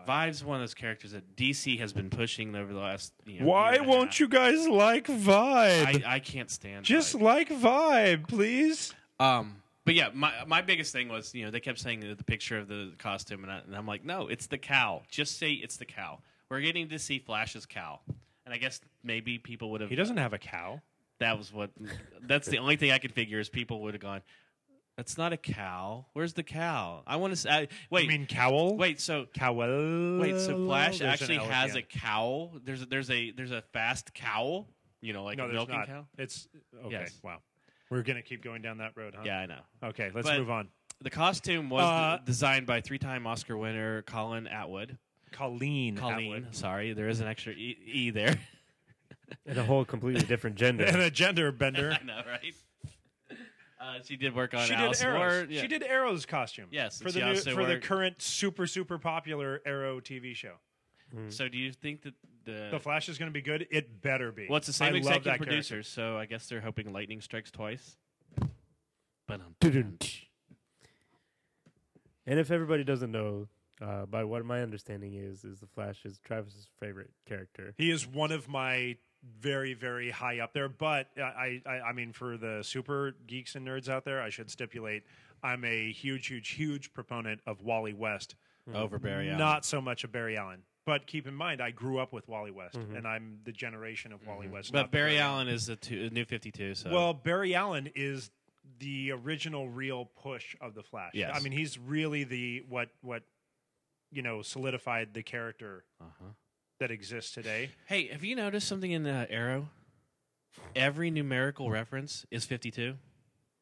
Speaker 6: Vibe's one of those characters that DC has been pushing over the last. You know,
Speaker 2: Why won't you guys like Vibe?
Speaker 6: I, I can't stand.
Speaker 2: Just
Speaker 6: Vibe.
Speaker 2: like Vibe, please.
Speaker 6: Um, but yeah, my my biggest thing was you know they kept saying the the picture of the costume, and, I, and I'm like, no, it's the cow. Just say it's the cow. We're getting to see Flash's cow, and I guess maybe people would have.
Speaker 5: He doesn't have a cow.
Speaker 6: That was what. That's the only thing I could figure is people would have gone. That's not a cow. Where's the cow? I want to say. I- Wait,
Speaker 5: You mean cowl?
Speaker 6: wait. So
Speaker 5: cowl.
Speaker 6: wait. So Flash
Speaker 5: Uh, There's an
Speaker 6: actually
Speaker 5: L at the
Speaker 6: has
Speaker 5: end.
Speaker 6: a cowl. There's a, there's a there's a fast cowl. You know, like
Speaker 5: no,
Speaker 6: a
Speaker 5: there's
Speaker 6: milking
Speaker 5: not.
Speaker 6: cow.
Speaker 5: It's okay.
Speaker 6: Yes.
Speaker 5: Wow. We're gonna keep going down that road, huh?
Speaker 6: Yeah, I know.
Speaker 5: Okay, let's
Speaker 6: But-
Speaker 5: move on.
Speaker 6: The costume was
Speaker 5: Uh,
Speaker 6: d- designed by three-time Oscar winner Colin Atwood.
Speaker 5: Colleen.
Speaker 6: Colleen,
Speaker 5: Atwood.
Speaker 6: sorry, there is an extra e, e there.
Speaker 4: and a whole completely different
Speaker 5: And
Speaker 4: gender.
Speaker 5: a gender bender.
Speaker 6: I know, right? Uh, she did work on
Speaker 5: she did
Speaker 6: Alice in
Speaker 5: arrows.
Speaker 6: Wonder- yeah.
Speaker 5: She did Arrow's costume.
Speaker 6: Yes,
Speaker 5: for
Speaker 6: it's
Speaker 5: the new,
Speaker 6: Alice in
Speaker 5: for the
Speaker 6: Wonder.
Speaker 5: current super super popular Arrow TV show.
Speaker 6: So, do you think that the,
Speaker 5: The Flash is going to be good. It better be.
Speaker 6: well, it's the
Speaker 5: I
Speaker 6: same
Speaker 5: love that
Speaker 6: executive
Speaker 5: character.
Speaker 6: producer, so I guess they're hoping lightning strikes twice. But um,
Speaker 4: and if everybody doesn't know, uh, by what my understanding is, is the Flash is Travis's favorite character.
Speaker 5: He is one of my very very high up there. But uh, I, I I mean for the super geeks and nerds out there, I should stipulate I'm a huge huge huge proponent of Wally West.
Speaker 6: over Barry Allen.
Speaker 5: Hmm. Not so much a Barry Allen. But keep in mind, I grew up with Wally West, and I'm the generation of Wally West.
Speaker 6: Mm-hmm. but
Speaker 5: not the
Speaker 6: Barry Allen is a, two, a new fifty-two. So
Speaker 5: Well, Barry Allen is the original real push of the Flash.
Speaker 6: Yes.
Speaker 5: I mean, he's really the what what you know solidified the character
Speaker 6: Uh-huh.
Speaker 5: that exists today.
Speaker 6: hey, have you noticed something in uh, Arrow? Every numerical reference is fifty-two.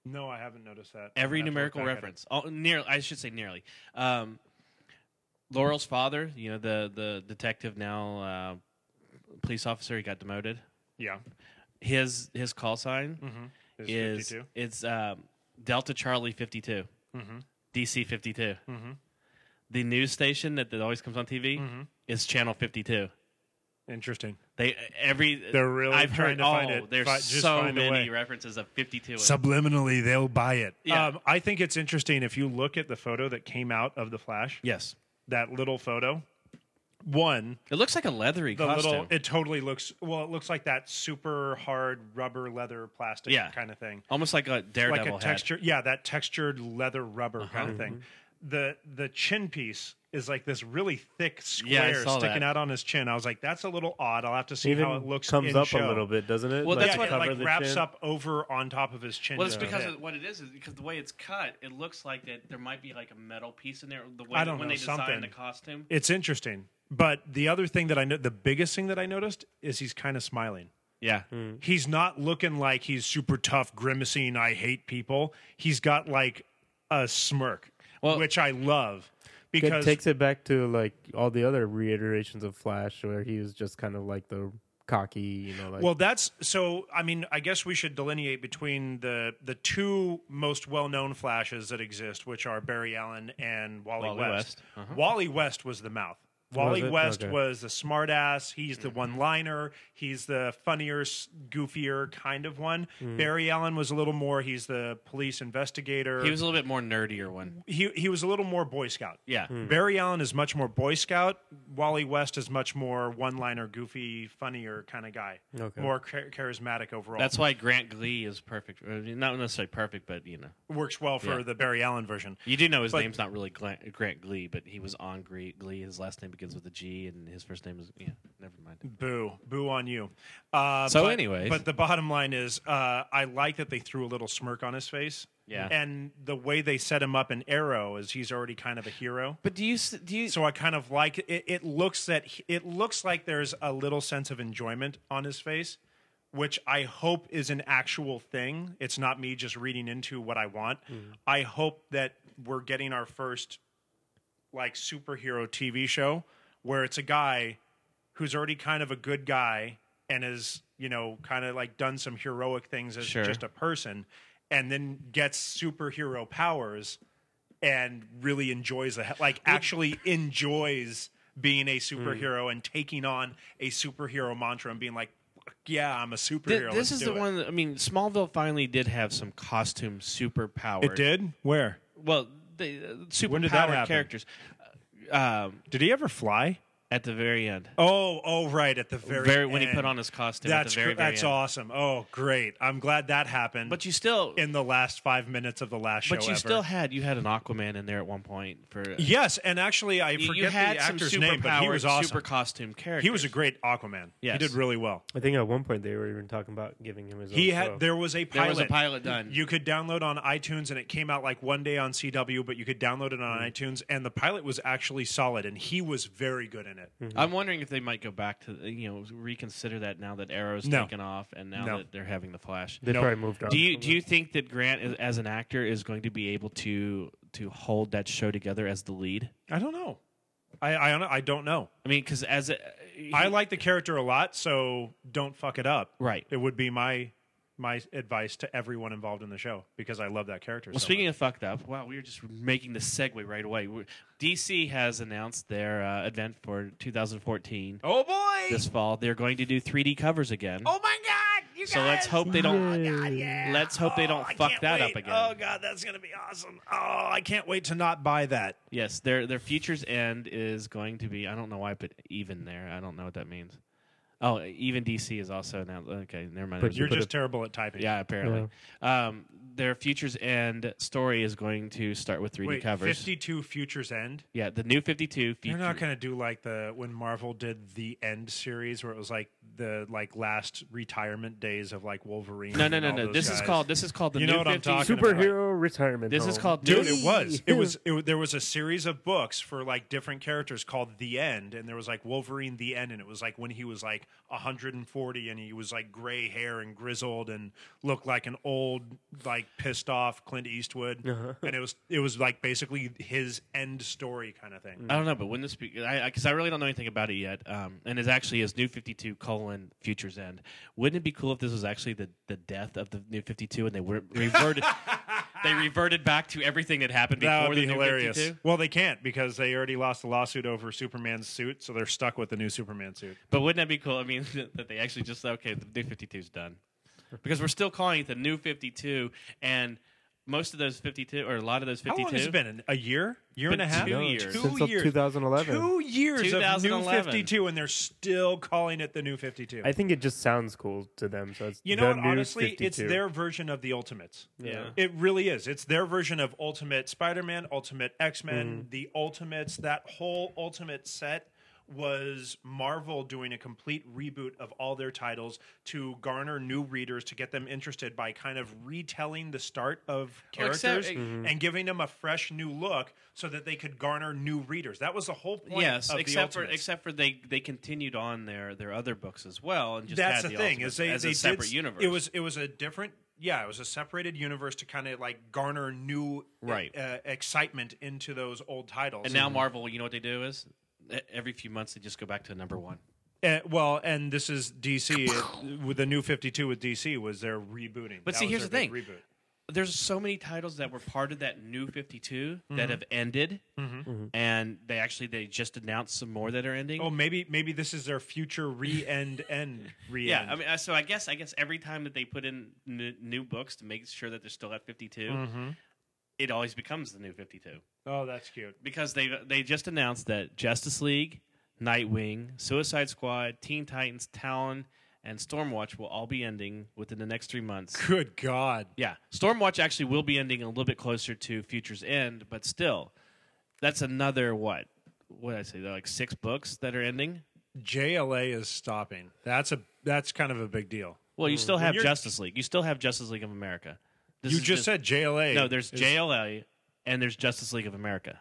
Speaker 5: No, I haven't noticed that.
Speaker 6: every
Speaker 5: I'd have to look
Speaker 6: numerical
Speaker 5: back at it.
Speaker 6: reference. All, nearly, I should say nearly. Um, Laurel's father, you know, the the detective now, uh, police officer, he got demoted.
Speaker 5: Yeah,
Speaker 6: His his call sign
Speaker 5: Mm-hmm. Is
Speaker 6: is
Speaker 5: 52.
Speaker 6: it's um, Delta Charlie fifty
Speaker 5: Mm-hmm.
Speaker 6: DC fifty The news station that, that always comes on TV
Speaker 5: Mm-hmm.
Speaker 6: is Channel fifty two.
Speaker 5: Interesting.
Speaker 6: They every
Speaker 5: They're really
Speaker 6: I've
Speaker 5: trying
Speaker 6: heard
Speaker 5: to
Speaker 6: oh,
Speaker 5: find it.
Speaker 6: There's
Speaker 5: Fi- just
Speaker 6: so
Speaker 5: find a way.
Speaker 6: many references of fifty two.
Speaker 5: Subliminally, they'll buy it.
Speaker 6: Yeah.
Speaker 5: Um, I think it's interesting if you look at the photo that came out of the Flash.
Speaker 6: yes,
Speaker 5: That little photo. One,
Speaker 6: it looks like a leathery
Speaker 5: the
Speaker 6: costume.
Speaker 5: little it totally looks well it looks like that super hard rubber leather plastic
Speaker 6: Yeah.
Speaker 5: kind of thing
Speaker 6: Almost like a daredevil
Speaker 5: like a
Speaker 6: head. Uh-huh.
Speaker 5: texture yeah that textured leather rubber kind of thing
Speaker 6: Mm-hmm.
Speaker 5: the the chin piece is like this really thick
Speaker 6: Yeah, I
Speaker 5: square
Speaker 6: saw
Speaker 5: sticking
Speaker 6: that.
Speaker 5: out on his chin i was like that's a little odd i'll have to see
Speaker 4: Even
Speaker 5: how it looks
Speaker 4: comes
Speaker 5: in
Speaker 4: up
Speaker 5: show.
Speaker 4: a little bit, doesn't it?
Speaker 6: Well,
Speaker 5: yeah,
Speaker 6: that's what
Speaker 5: it
Speaker 6: cover
Speaker 5: like
Speaker 4: the
Speaker 5: wraps
Speaker 4: chin?
Speaker 5: up over on top of his chin
Speaker 6: Well, it's
Speaker 5: to
Speaker 6: because
Speaker 5: hit.
Speaker 6: of what it is is because the way it's cut, it looks like that there might be like a metal piece in there. The way
Speaker 5: I
Speaker 6: that
Speaker 5: don't
Speaker 6: when
Speaker 5: know,
Speaker 6: they designed
Speaker 5: something.
Speaker 6: the costume.
Speaker 5: it's interesting but the other thing that i know the biggest thing that i noticed is he's kind of smiling
Speaker 6: Yeah.
Speaker 5: he's not looking like he's super tough, grimacing, I hate people. He's got like a smirk,
Speaker 6: Well-
Speaker 5: which I love
Speaker 4: It
Speaker 5: because
Speaker 4: takes it back to like all the other reiterations of Flash, where he was just kind of like the cocky, you know, like
Speaker 5: well that's so I mean I guess we should delineate between the the two most well-known flashes that exist which are Barry Allen and Wally,
Speaker 6: Wally
Speaker 5: West.
Speaker 6: West, uh-huh.
Speaker 5: Wally West was the mouth. Wally
Speaker 4: it?
Speaker 5: West
Speaker 4: Okay.
Speaker 5: was the smartass. He's
Speaker 6: Mm-hmm.
Speaker 5: the one-liner. He's the funnier, s- goofier kind of one. Barry Allen was a little more. He's the police investigator.
Speaker 6: He was a little bit more nerdier one.
Speaker 5: he he was a little more Boy Scout.
Speaker 6: Yeah.
Speaker 5: Barry Allen is much more Boy Scout. Wally West is much more one-liner, goofy, funnier kind of guy.
Speaker 4: Okay.
Speaker 5: More char- charismatic overall.
Speaker 6: That's why Grant Glee is perfect. Uh, Not necessarily perfect, but you know,
Speaker 5: works well for
Speaker 6: Yeah.
Speaker 5: the Barry Allen version.
Speaker 6: you do know his
Speaker 5: But-
Speaker 6: name's not really Gla- Grant Glee, but he was on Glee. Glee. His last name begins with a G, and his first name is yeah. Never mind.
Speaker 5: Boo, boo on you. Uh,
Speaker 6: So
Speaker 5: but,
Speaker 6: anyways.
Speaker 5: but the bottom line is, uh, I like that they threw a little smirk on his face.
Speaker 6: Yeah.
Speaker 5: and the way they set him up in Arrow is he's already kind of a hero.
Speaker 6: But do you s- do you?
Speaker 5: So I kind of like it. It looks that he- it looks like there's a little sense of enjoyment on his face, which I hope is an actual thing. It's not me just reading into what I want. I hope that we're getting our first like superhero TV show where it's a guy who's already kind of a good guy and is, you know, kind of like done some heroic things as
Speaker 6: Sure.
Speaker 5: just a person and then gets superhero powers and really enjoys the he- like actually enjoys being
Speaker 6: Hmm.
Speaker 5: a superhero and taking on a superhero mantra and being like "Fuck yeah i'm a superhero
Speaker 6: Th-
Speaker 5: let's
Speaker 6: this is
Speaker 5: do
Speaker 6: the
Speaker 5: it."
Speaker 6: one. That, I mean, Smallville finally did have some costume superpowers.
Speaker 5: it did where
Speaker 6: Well, the uh,
Speaker 5: When did that
Speaker 6: superpowered
Speaker 5: happen?
Speaker 6: characters. Uh, Um,
Speaker 5: did he ever fly
Speaker 6: at the very end.
Speaker 5: oh oh right at the very,
Speaker 6: Very- when he
Speaker 5: end.
Speaker 6: put on his costume at the
Speaker 5: that's
Speaker 6: very,
Speaker 5: gr-
Speaker 6: very
Speaker 5: that's
Speaker 6: end.
Speaker 5: awesome oh great i'm glad that happened
Speaker 6: But you still,
Speaker 5: in the last five minutes of the last show
Speaker 6: but you
Speaker 5: ever.
Speaker 6: still had you had an Aquaman in there at one point for.
Speaker 5: yes and actually i
Speaker 6: You-
Speaker 5: forget
Speaker 6: you had
Speaker 5: the
Speaker 6: some
Speaker 5: actor's name but he
Speaker 6: superpowered,
Speaker 5: was awesome
Speaker 6: super costume character.
Speaker 5: he was a great aquaman
Speaker 6: Yes.
Speaker 5: he did really well
Speaker 4: I think at one point they were even talking about giving him his
Speaker 5: He
Speaker 4: own
Speaker 5: had
Speaker 4: show.
Speaker 5: there was a
Speaker 6: There
Speaker 5: pilot.
Speaker 6: was a pilot done.
Speaker 5: You could download on iTunes, and it came out like one day on CW, but you could download it
Speaker 6: Mm-hmm.
Speaker 5: on iTunes, and the pilot was actually solid, and he was very good in it.
Speaker 6: I'm wondering if they might go back to you know reconsider that now that Arrow's
Speaker 5: No.
Speaker 6: taken off and now
Speaker 5: No.
Speaker 6: that they're having the Flash.
Speaker 4: they probably moved on.
Speaker 6: Do you
Speaker 4: from
Speaker 6: do you think that Grant is, as an actor is going to be able to to hold that show together as the lead?
Speaker 5: I don't know. I I, hon- I don't know.
Speaker 6: I mean, because as a,
Speaker 5: I like the character a lot, so don't fuck it up.
Speaker 6: right.
Speaker 5: It would be my my advice to everyone involved in the show because I love that character.
Speaker 6: Well,
Speaker 5: so
Speaker 6: speaking
Speaker 5: much.
Speaker 6: of fucked up, wow, we were just making the segue right away. We're- DC has announced their uh, event for 2014
Speaker 5: oh boy,
Speaker 6: this fall. They're going to do 3D covers again. Oh my god! so let's hope they
Speaker 4: Oh
Speaker 6: don't. Let's hope they don't
Speaker 5: Oh, I
Speaker 6: fuck
Speaker 5: can't
Speaker 6: that
Speaker 5: wait.
Speaker 6: up again.
Speaker 5: Oh god, that's gonna be awesome. Oh, I can't wait to not buy that.
Speaker 6: Yes, their their futures end is going to be. I don't know why I put even there. I don't know what that means. Oh, even DC is also now. Okay, never mind.
Speaker 4: But
Speaker 6: It
Speaker 5: You're
Speaker 6: was-
Speaker 5: just terrible at typing.
Speaker 6: yeah, apparently. Um, their futures end story is going to start with 3D
Speaker 5: Wait,
Speaker 6: covers.
Speaker 5: 52 Futures End?
Speaker 6: yeah, the new 52
Speaker 5: You're
Speaker 6: future.
Speaker 5: not going to do like the when Marvel did the End series where it was like the like last retirement days of like Wolverine.
Speaker 6: no, no,
Speaker 5: and
Speaker 6: no,
Speaker 5: all
Speaker 6: no.
Speaker 5: those
Speaker 6: This is
Speaker 5: guys.
Speaker 6: called. This is called the
Speaker 5: You
Speaker 6: new
Speaker 5: know what I'm
Speaker 6: 50
Speaker 5: talking about.
Speaker 4: superhero retirement.
Speaker 6: This is
Speaker 4: home.
Speaker 6: called
Speaker 5: Dude, it was. It was. It, wa- there was a series of books for like different characters called The End, and there was like Wolverine The End, and it was like when he was like 140 and he was like gray hair and grizzled and looked like an old, like pissed off Clint Eastwood,
Speaker 4: Uh-huh.
Speaker 5: and it was it was like basically his end story kind of thing.
Speaker 4: Mm.
Speaker 6: I don't know, but wouldn't this be? Because I, 'cause I really don't know anything about it yet. Um, and it's actually is New Fifty Two colon Futures End. Wouldn't it be cool if this was actually the, the death of the New Fifty Two and they were reverted? they reverted back to everything that happened before
Speaker 5: that would be
Speaker 6: the New
Speaker 5: hilarious.
Speaker 6: 52.
Speaker 5: Well, they can't because they already lost the lawsuit over Superman's suit, so they're stuck with the new Superman suit.
Speaker 6: But wouldn't that be cool? I mean, that they actually just okay, the New Fifty Two's done because we're still calling it the New Fifty Two, and most of those fifty two or a lot of those
Speaker 5: How
Speaker 6: fifty
Speaker 5: long has it
Speaker 6: two.
Speaker 5: been? An- A year? Year and
Speaker 6: Been
Speaker 5: a half?
Speaker 6: two No, years.
Speaker 5: Two
Speaker 4: since like
Speaker 5: years.
Speaker 4: 2011.
Speaker 5: Two years of New
Speaker 6: 2011.
Speaker 5: 52, and they're still calling it the New 52.
Speaker 4: I think it just sounds cool to them. So it's
Speaker 5: you
Speaker 4: the
Speaker 5: know what?
Speaker 4: new
Speaker 5: Honestly,
Speaker 4: 52.
Speaker 5: it's their version of the Ultimates.
Speaker 6: Yeah.
Speaker 5: It really is. It's their version of Ultimate Spider Man, Ultimate X Men,
Speaker 4: Mm-hmm.
Speaker 5: the Ultimates. That whole Ultimate set was Marvel doing a complete reboot of all their titles to garner new readers to get them interested by kind of retelling the start
Speaker 6: Well,
Speaker 5: of characters
Speaker 6: except-
Speaker 4: Mm-hmm.
Speaker 5: and giving them a fresh new look so that they could garner new readers. That was the whole point
Speaker 6: Yes,
Speaker 5: of the
Speaker 6: except for
Speaker 5: Ultimates.
Speaker 6: except for they they continued on their their other books as well, and just
Speaker 5: that's
Speaker 6: had
Speaker 5: the, thing
Speaker 6: Ultimates
Speaker 5: is they
Speaker 6: as
Speaker 5: they
Speaker 6: a separate
Speaker 5: did,
Speaker 6: universe.
Speaker 5: It was it was a different yeah it was a separated universe to kind of like garner new
Speaker 6: Right.
Speaker 5: uh, excitement into those old titles.
Speaker 6: and now Marvel. You know what they do is e- every few months they just go back to number one.
Speaker 5: Uh, well, and this is DC it- with the new Fifty Two with DC was their rebooting.
Speaker 6: But
Speaker 5: That
Speaker 6: see,
Speaker 5: was
Speaker 6: here's
Speaker 5: their
Speaker 6: the
Speaker 5: big
Speaker 6: thing.
Speaker 5: reboot.
Speaker 6: There's so many titles that were part of that new 52 that have ended, and they actually they just announced some more that are ending.
Speaker 5: Oh, maybe maybe this is their future re-end end re-end.
Speaker 6: Yeah, I mean, uh, so I guess I guess every time that they put in n- new books to make sure that they're still at fifty it always becomes the new fifty two
Speaker 5: oh, that's cute.
Speaker 6: because they they just announced that Justice League, Nightwing, Suicide Squad, Teen Titans, Talon, and Stormwatch will all be ending within the next three months.
Speaker 5: Good God.
Speaker 6: Yeah, Stormwatch actually will be ending a little bit closer to Future's End, but still, that's another what? What did I say? There are like six books that are ending.
Speaker 5: JLA is stopping. That's a that's kind of a big deal.
Speaker 6: Mm. Well, you still have
Speaker 5: you're-
Speaker 6: Justice League. You still have Justice League of America. This
Speaker 5: you
Speaker 6: is
Speaker 5: just, said JLA.
Speaker 6: No, there's
Speaker 5: is-
Speaker 6: JLA and there's Justice League of America.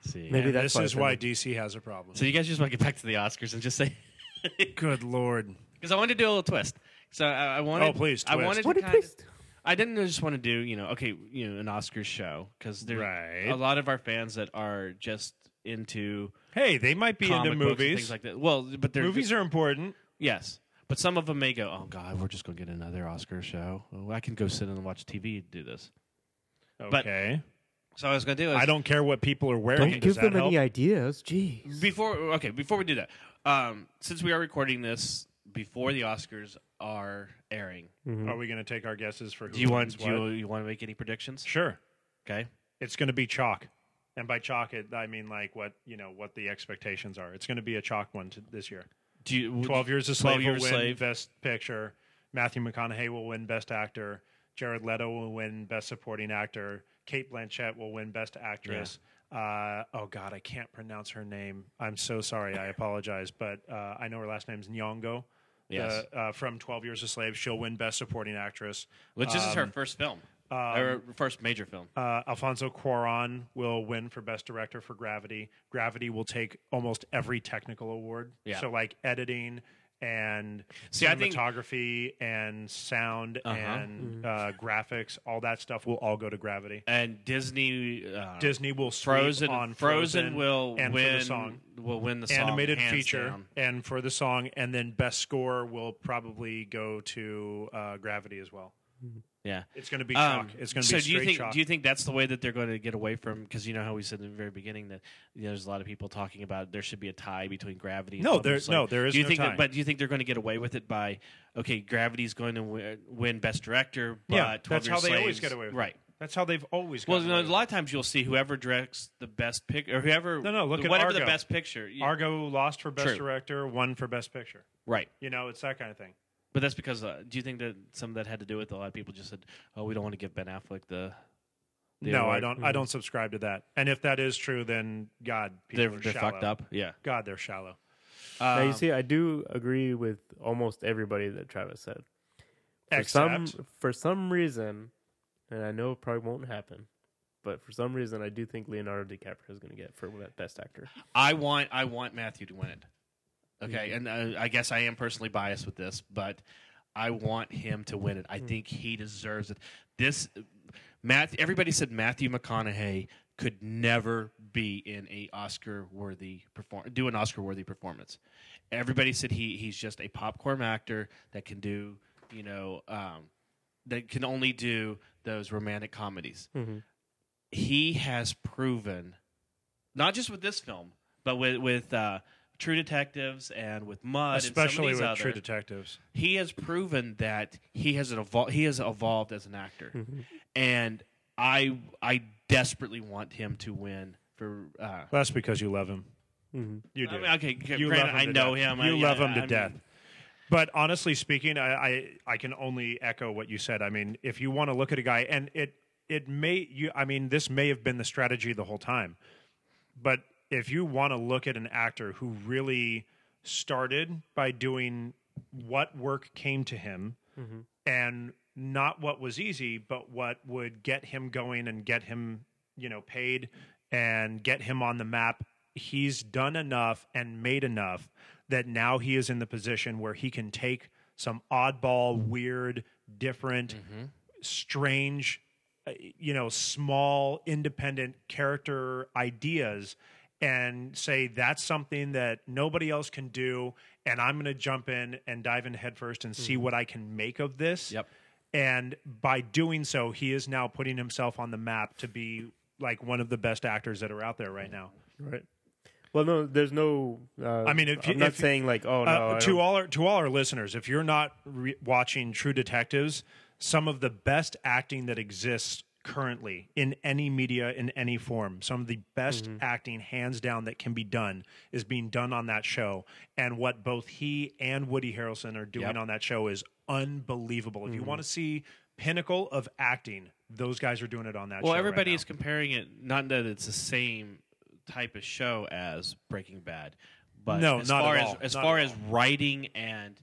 Speaker 6: See.
Speaker 4: Maybe
Speaker 5: and
Speaker 4: that's
Speaker 5: this is why
Speaker 4: it's in
Speaker 5: DC has a problem.
Speaker 6: So you guys just want to get back to the Oscars and just say
Speaker 5: Good lord.
Speaker 6: because I wanted to do a little twist. So I, I wanted.
Speaker 5: Oh, please,
Speaker 6: I
Speaker 5: twist.
Speaker 6: wanted
Speaker 4: What
Speaker 6: to
Speaker 4: a
Speaker 6: kind
Speaker 4: twist.
Speaker 6: I didn't just want to do you know okay you know an Oscars show because there
Speaker 5: Right.
Speaker 6: a lot of our fans that are just into
Speaker 5: Hey, they might be
Speaker 6: comic
Speaker 5: into
Speaker 6: books and
Speaker 5: movies.
Speaker 6: things like that. Well, but they're
Speaker 5: movies are important.
Speaker 6: yes. But some of them may go, oh God, we're just gonna get another Oscar show. Oh, I can go sit and watch TV and do this. But-
Speaker 5: Okay.
Speaker 6: So I was gonna do. Is
Speaker 5: I don't care what people are wearing.
Speaker 4: Don't give
Speaker 5: Does that
Speaker 4: them
Speaker 5: help?
Speaker 4: any ideas. Jeez.
Speaker 6: before okay before we do that um since we are recording this before the oscars are airing
Speaker 5: Are we going to take our guesses for who
Speaker 6: do you want
Speaker 5: wins
Speaker 6: do you,
Speaker 5: Mm-hmm. what?
Speaker 6: you want to make any predictions
Speaker 5: Sure.
Speaker 6: okay
Speaker 5: It's going to be chalk. And by chalk, it, I mean like what you know what the expectations are. It's going to be a chalk one to, this year.
Speaker 6: do you would-
Speaker 5: Twelve Years a
Speaker 6: 12
Speaker 5: Slave
Speaker 6: Years a
Speaker 5: will win
Speaker 6: Slave.
Speaker 5: Best Picture. Matthew McConaughey will win Best Actor. Jared Leto will win Best Supporting Actor. Kate Blanchett will win Best Actress. Uh, oh God, I can't pronounce her name. I'm so sorry. I apologize, but uh, I know her last name's Nyong'o. the-
Speaker 6: Yes.
Speaker 5: uh, from Twelve Years a Slave, she'll win Best Supporting Actress.
Speaker 6: which this is her
Speaker 5: Um,
Speaker 6: first film
Speaker 5: um,
Speaker 6: her first major film
Speaker 5: uh, Alfonso Cuaron will win for Best Director for Gravity. Gravity will take almost every technical award.
Speaker 6: Yeah.
Speaker 5: So like editing and
Speaker 6: See, I think-
Speaker 5: cinematography and sound
Speaker 6: Uh-huh.
Speaker 5: and uh, graphics, all that stuff will all go to Gravity.
Speaker 6: and disney uh,
Speaker 5: Disney will sweep
Speaker 6: frozen
Speaker 5: on
Speaker 6: frozen
Speaker 5: Frozen,
Speaker 6: will
Speaker 5: and
Speaker 6: win
Speaker 5: for the song
Speaker 6: will win the song,
Speaker 5: animated
Speaker 6: hands
Speaker 5: feature
Speaker 6: down.
Speaker 5: and for the song, and then Best Score will probably go to uh, Gravity as well.
Speaker 6: yeah
Speaker 5: It's going to be
Speaker 6: Um,
Speaker 5: chalk. it's going to
Speaker 6: so
Speaker 5: be
Speaker 6: do you
Speaker 5: straight
Speaker 6: think
Speaker 5: chalk.
Speaker 6: do you think that's the way that they're going to get away from because you know how we said in the very beginning that you know, there's a lot of people talking about there should be a tie between gravity and
Speaker 5: No,
Speaker 6: Bubbles.
Speaker 5: there- no, there is
Speaker 6: do you
Speaker 5: no
Speaker 6: think
Speaker 5: tie.
Speaker 6: That, but do you think they're going to get away with it by okay gravity's going to wi- win best director but
Speaker 5: Yeah,
Speaker 6: 12
Speaker 5: that's
Speaker 6: Years
Speaker 5: how they always
Speaker 6: Slaves-
Speaker 5: get away with it.
Speaker 6: right
Speaker 5: That's how they've always.
Speaker 6: well
Speaker 5: gotten
Speaker 6: you know,
Speaker 5: away
Speaker 6: a
Speaker 5: with
Speaker 6: lot of times you'll see whoever directs the best pick or whoever
Speaker 5: No, no, look at
Speaker 6: whatever the
Speaker 5: Argo.
Speaker 6: best picture Yeah,
Speaker 5: Argo lost for best
Speaker 6: True.
Speaker 5: director, won for best picture.
Speaker 6: right
Speaker 5: You know, it's that kind of thing.
Speaker 6: but that's because uh, do you think that some of that had to do with a lot of people just said oh we don't want to give Ben Affleck the, the Mm-hmm.
Speaker 5: no, I
Speaker 6: award.
Speaker 5: don't. I don't subscribe to that. And if that is true, then God, people
Speaker 6: they're,
Speaker 5: are
Speaker 6: they're
Speaker 5: shallow.
Speaker 6: fucked up yeah
Speaker 5: God, they're shallow.
Speaker 4: Now you
Speaker 6: Um,
Speaker 4: see, I do agree with almost everybody that Travis said. For
Speaker 5: Except
Speaker 4: some for some reason, and I know it probably won't happen, but for some reason, I do think Leonardo DiCaprio is going to get for best actor.
Speaker 6: I want I want Matthew to win it. Okay, and uh, I guess I am personally biased with this, but I want him to win it. I think he deserves it. This Matt everybody said Matthew McConaughey could never be in a Oscar worthy perform do an Oscar worthy performance. Everybody said he he's just a popcorn actor that can do, you know, um, that can only do those romantic comedies.
Speaker 5: Mm-hmm.
Speaker 6: He has proven not just with this film, but with with uh, True Detectives and with Mud, and
Speaker 5: especially with
Speaker 6: some of these
Speaker 5: True
Speaker 6: other-
Speaker 5: Detectives.
Speaker 6: he has proven that he has evolved. He has evolved as an actor,
Speaker 5: Mm-hmm.
Speaker 6: and I I desperately want him to win for. Uh,
Speaker 5: That's because you love him.
Speaker 6: Mm-hmm.
Speaker 5: You do.
Speaker 6: I mean, okay,
Speaker 5: you
Speaker 6: granted,
Speaker 5: love him
Speaker 6: I
Speaker 5: to
Speaker 6: know
Speaker 5: death.
Speaker 6: him. I-
Speaker 5: You love
Speaker 6: yeah,
Speaker 5: him
Speaker 6: I
Speaker 5: to
Speaker 6: mean,
Speaker 5: death. But honestly speaking, I, I I can only echo what you said. I mean, if you want to look at a guy, and it it may you, I mean, this may have been the strategy the whole time. But if you want to look at an actor who really started by doing what work came to him, and not what was easy, but what would get him going and get him, you know, paid and get him on the map. He's done enough and made enough that now he is in the position where he can take some oddball, weird, different, strange, uh, you know, small, independent character ideas and say that's something that nobody else can do and i'm going to jump in and dive in headfirst and see what i can make of this
Speaker 6: Yep.
Speaker 5: and by doing so he is now putting himself on the map to be like one of the best actors that are out there right now
Speaker 4: Right. Well, no, there's no. Uh,
Speaker 5: I mean, if you-
Speaker 4: I'm not
Speaker 5: if you-
Speaker 4: saying like, oh no,
Speaker 5: uh,
Speaker 4: I
Speaker 5: to
Speaker 4: don't-
Speaker 5: all our to all our listeners, if you're not re- watching True Detectives, some of the best acting that exists currently in any media in any form, some of the best acting hands down that can be done is being done on that show, and what both he and Woody Harrelson are doing
Speaker 6: Yep.
Speaker 5: on that show is unbelievable. If you want to see pinnacle of acting, those guys are doing it on that.
Speaker 6: Well,
Speaker 5: show
Speaker 6: everybody
Speaker 5: right
Speaker 6: is comparing it. Not that it's the same type of show as Breaking Bad, but
Speaker 5: No,
Speaker 6: as
Speaker 5: not at
Speaker 6: far as
Speaker 5: all.
Speaker 6: as
Speaker 5: Not
Speaker 6: far
Speaker 5: at
Speaker 6: as writing and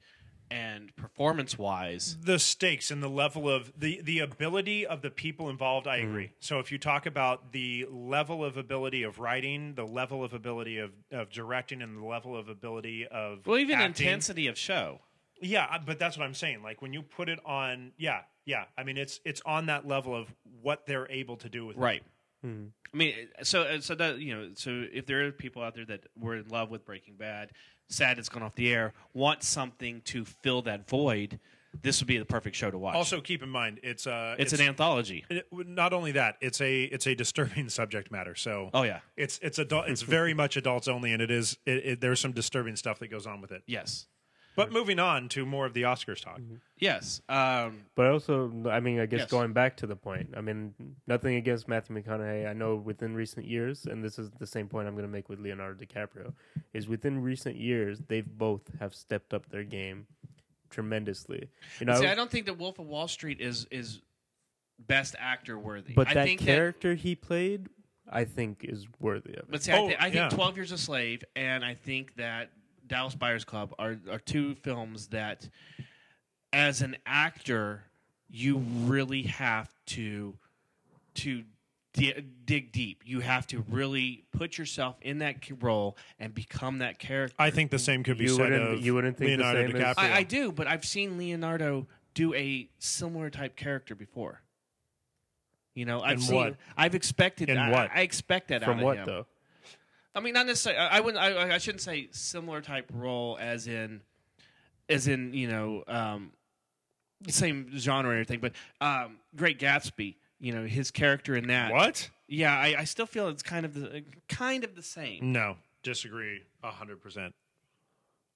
Speaker 6: and performance wise,
Speaker 5: the stakes and the level of the the ability of the people involved
Speaker 6: Mm-hmm.
Speaker 5: i agree so if you talk about the level of ability of writing the level of ability of, of directing and the level of ability of
Speaker 6: well, even
Speaker 5: acting,
Speaker 6: intensity of show.
Speaker 5: yeah I- but that's what i'm saying like when you put it on yeah yeah i mean it's it's on that level of what they're able to do with it.
Speaker 6: Right.
Speaker 5: Mm-hmm.
Speaker 6: I mean, so so that you know, so if there are people out there that were in love with Breaking Bad, sad it's gone off the air, want something to fill that void, this would be the perfect show to watch.
Speaker 5: also keep in mind it's uh
Speaker 6: it's, an anthology.
Speaker 5: it- not only that it's a it's a disturbing subject matter so
Speaker 6: Oh yeah,
Speaker 5: it's it's adult it's very much adults only and it is it, it, there's some disturbing stuff that goes on with it
Speaker 6: yes,
Speaker 5: But moving on to more of the Oscars talk.
Speaker 6: yes. Um,
Speaker 4: But also, I mean, I guess
Speaker 6: Yes.
Speaker 4: going back to the point, I mean, nothing against Matthew McConaughey. I know within recent years, and this is the same point I'm going to make with Leonardo DiCaprio, is within recent years they've both have stepped up their game tremendously. You know,
Speaker 6: see, I don't think that Wolf of Wall Street is is best actor worthy.
Speaker 4: but
Speaker 6: I
Speaker 4: that
Speaker 6: think
Speaker 4: character he played, I think, is worthy of it.
Speaker 6: But see, I,
Speaker 5: Oh,
Speaker 6: thi- I think
Speaker 5: yeah.
Speaker 6: Twelve Years a Slave and I think that Dallas Buyers Club are are two films that, as an actor, you really have to to di- dig deep. You have to really put yourself in that ca- role and become that character.
Speaker 5: I think the same could be
Speaker 4: You
Speaker 5: said
Speaker 4: wouldn't-
Speaker 5: of
Speaker 4: you wouldn't think the
Speaker 5: Leonardo
Speaker 4: same
Speaker 5: DiCaprio.
Speaker 4: as-
Speaker 6: I, I do, but I've seen Leonardo do a similar type character before. You know, I've
Speaker 5: In
Speaker 6: seen,
Speaker 5: what?
Speaker 6: I've expected
Speaker 5: In
Speaker 6: that. I-
Speaker 5: what?
Speaker 6: I expect that out
Speaker 4: From
Speaker 6: of
Speaker 4: what
Speaker 6: him.
Speaker 4: though?
Speaker 6: I mean, not necessarily. I I wouldn't. I, I shouldn't say similar type role as in, as in you know, um, same genre or anything. But um, Great Gatsby, you know, his character in that.
Speaker 5: what?
Speaker 6: Yeah, I, I still feel it's kind of the kind of the same.
Speaker 5: No, disagree hundred percent.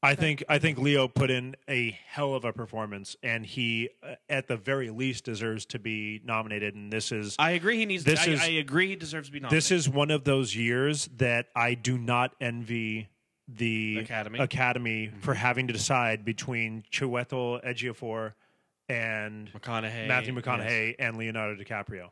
Speaker 5: I think I think Leo put in a hell of a performance, and he, uh, at the very least, deserves to be nominated. And this is
Speaker 6: I agree. He needs.
Speaker 5: This
Speaker 6: I,
Speaker 5: is-
Speaker 6: I agree. He deserves to be nominated.
Speaker 5: this is one of those years that I do not envy the
Speaker 6: Academy.
Speaker 5: Academy for
Speaker 4: Mm-hmm.
Speaker 5: having to decide between Chiwetel Ejiofor and
Speaker 6: McConaughey.
Speaker 5: Matthew
Speaker 6: yes.
Speaker 5: McConaughey and Leonardo DiCaprio.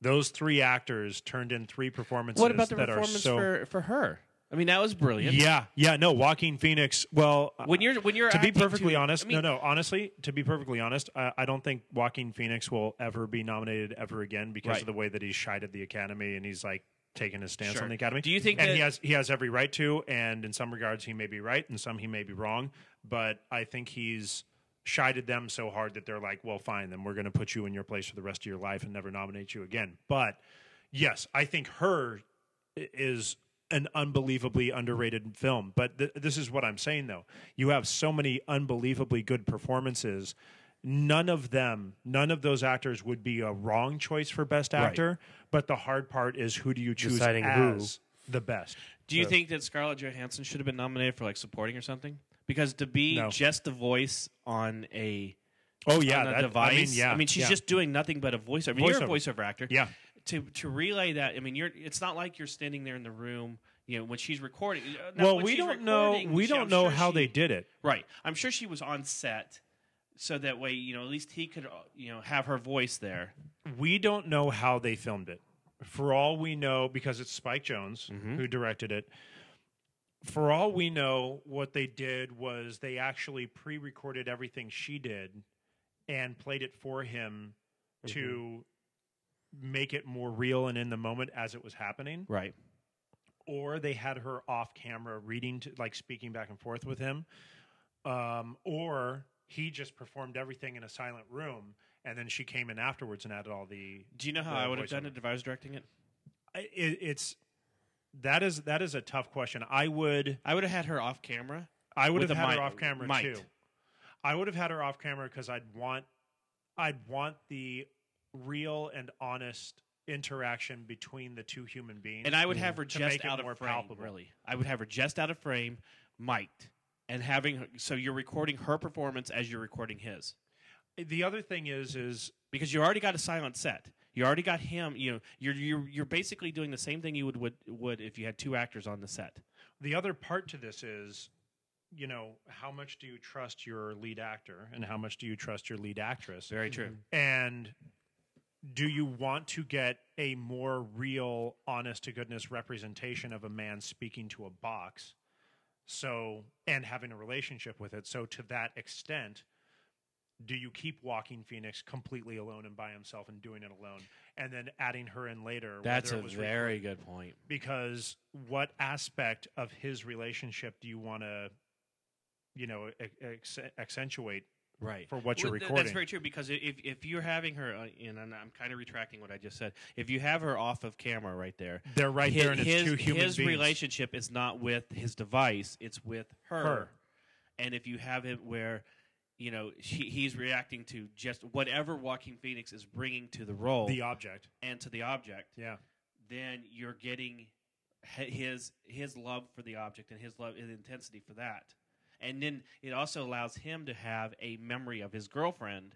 Speaker 5: Those three actors turned in three performances
Speaker 6: What about the
Speaker 5: that
Speaker 6: performance
Speaker 5: are so
Speaker 6: for for her? I mean, that was brilliant.
Speaker 5: Yeah, yeah, no, Joaquin Phoenix. Well,
Speaker 6: When you're when you're
Speaker 5: to be
Speaker 6: acting
Speaker 5: perfectly
Speaker 6: to-
Speaker 5: honest,
Speaker 6: I mean,
Speaker 5: no, no, honestly, to be perfectly honest, I, I don't think Joaquin Phoenix will ever be nominated ever again because
Speaker 6: Right.
Speaker 5: of the way that he's shied at the Academy and he's like taking his stance
Speaker 6: Sure.
Speaker 5: on the Academy.
Speaker 6: Do you think
Speaker 5: And
Speaker 6: that-
Speaker 5: he has he has every right to, and in some regards he may be right, and some he may be wrong, but I think he's shied at them so hard that they're like, well, fine, then we're going to put you in your place for the rest of your life and never nominate you again. But yes, I think her i- is an unbelievably underrated film. But th- this is what I'm saying though. You have so many unbelievably good performances. None of them, none of those actors would be a wrong choice for best actor. But the hard part is who do you choose
Speaker 4: Deciding who.
Speaker 5: as the best?
Speaker 6: Do you think that Scarlett Johansson should have been nominated for like supporting or something? Because to be
Speaker 5: No.
Speaker 6: just a voice on a
Speaker 5: Oh
Speaker 6: on a device, I mean, she's
Speaker 5: yeah.
Speaker 6: just doing nothing but a voiceover. You're a
Speaker 5: Voiceover.
Speaker 6: voiceover actor,
Speaker 5: Yeah.
Speaker 6: To to relay that, I mean, you're it's not like you're standing there in the room, you know, when she's recording. Uh, now,
Speaker 5: well,
Speaker 6: when
Speaker 5: we
Speaker 6: she's
Speaker 5: don't know.
Speaker 6: recording,
Speaker 5: We
Speaker 6: she-
Speaker 5: don't
Speaker 6: I'm
Speaker 5: know
Speaker 6: sure
Speaker 5: how
Speaker 6: she-
Speaker 5: they did it.
Speaker 6: Right, I'm sure she was on set, so that way, you know, at least he could, uh, you know, have her voice there.
Speaker 5: we don't know how they filmed it. For all we know, because it's Spike Jones
Speaker 6: Mm-hmm.
Speaker 5: who directed it, for all we know, what they did was they actually pre recorded everything she did and played it for him
Speaker 6: Mm-hmm.
Speaker 5: to make it more real and in the moment as it was happening.
Speaker 6: Right.
Speaker 5: Or they had her off camera reading, to, like speaking back and forth with him. Um, or he just performed everything in a silent room. And then she came in afterwards and added all the
Speaker 6: Do you know how
Speaker 5: The
Speaker 6: I would have
Speaker 5: voiceover.
Speaker 6: done it if I was directing it?
Speaker 5: I- it, it's that is that is a tough question. I would
Speaker 6: I would have had her off camera.
Speaker 5: I would
Speaker 6: With
Speaker 5: have
Speaker 6: a
Speaker 5: had
Speaker 6: mic-
Speaker 5: her off camera
Speaker 6: mic.
Speaker 5: too. I would have had her off camera because I'd want I'd want the real and honest interaction between the two human beings.
Speaker 6: And I would have her
Speaker 5: to
Speaker 6: just
Speaker 5: make it
Speaker 6: out of
Speaker 5: more
Speaker 6: frame.
Speaker 5: palpable.
Speaker 6: Really, I would have her just out of frame, mic'd, and having her, so you're recording her performance as you're recording his
Speaker 5: the other thing is is
Speaker 6: because you already got a silent set. You already got him. You know, you're you're you're basically doing the same thing you would would, would if you had two actors on the set.
Speaker 5: the other part to this is you know how much do you trust your lead actor and how much do you trust your lead actress
Speaker 6: Very true.
Speaker 5: And do you want to get a more real, honest to goodness representation of a man speaking to a box? So, and having a relationship with it. So, to that extent, do you keep walking Phoenix completely alone and by himself and doing it alone, and then adding her in later?
Speaker 6: That's
Speaker 5: whether
Speaker 6: a
Speaker 5: it was
Speaker 6: very good point.
Speaker 5: because what aspect of his relationship do you want to, you know, e-, ex- accentuate
Speaker 6: Right.
Speaker 5: for what you're
Speaker 6: Well, th-
Speaker 5: recording?
Speaker 6: That's very true because i- if if you're having her, uh, and I'm- I'm kind of retracting what I just said. If you have her off of camera right there,
Speaker 5: They're right
Speaker 6: hi-
Speaker 5: there, and it's
Speaker 6: his,
Speaker 5: two human
Speaker 6: his
Speaker 5: beings.
Speaker 6: relationship is not with his device; it's with her.
Speaker 5: Her.
Speaker 6: And if you have it where, you know, she, he's reacting to just whatever Walking Phoenix is bringing to the role
Speaker 5: the object.
Speaker 6: and to the object,
Speaker 5: Yeah.
Speaker 6: then you're getting h- his his love for the object and his love and intensity for that and then it also allows him to have a memory of his girlfriend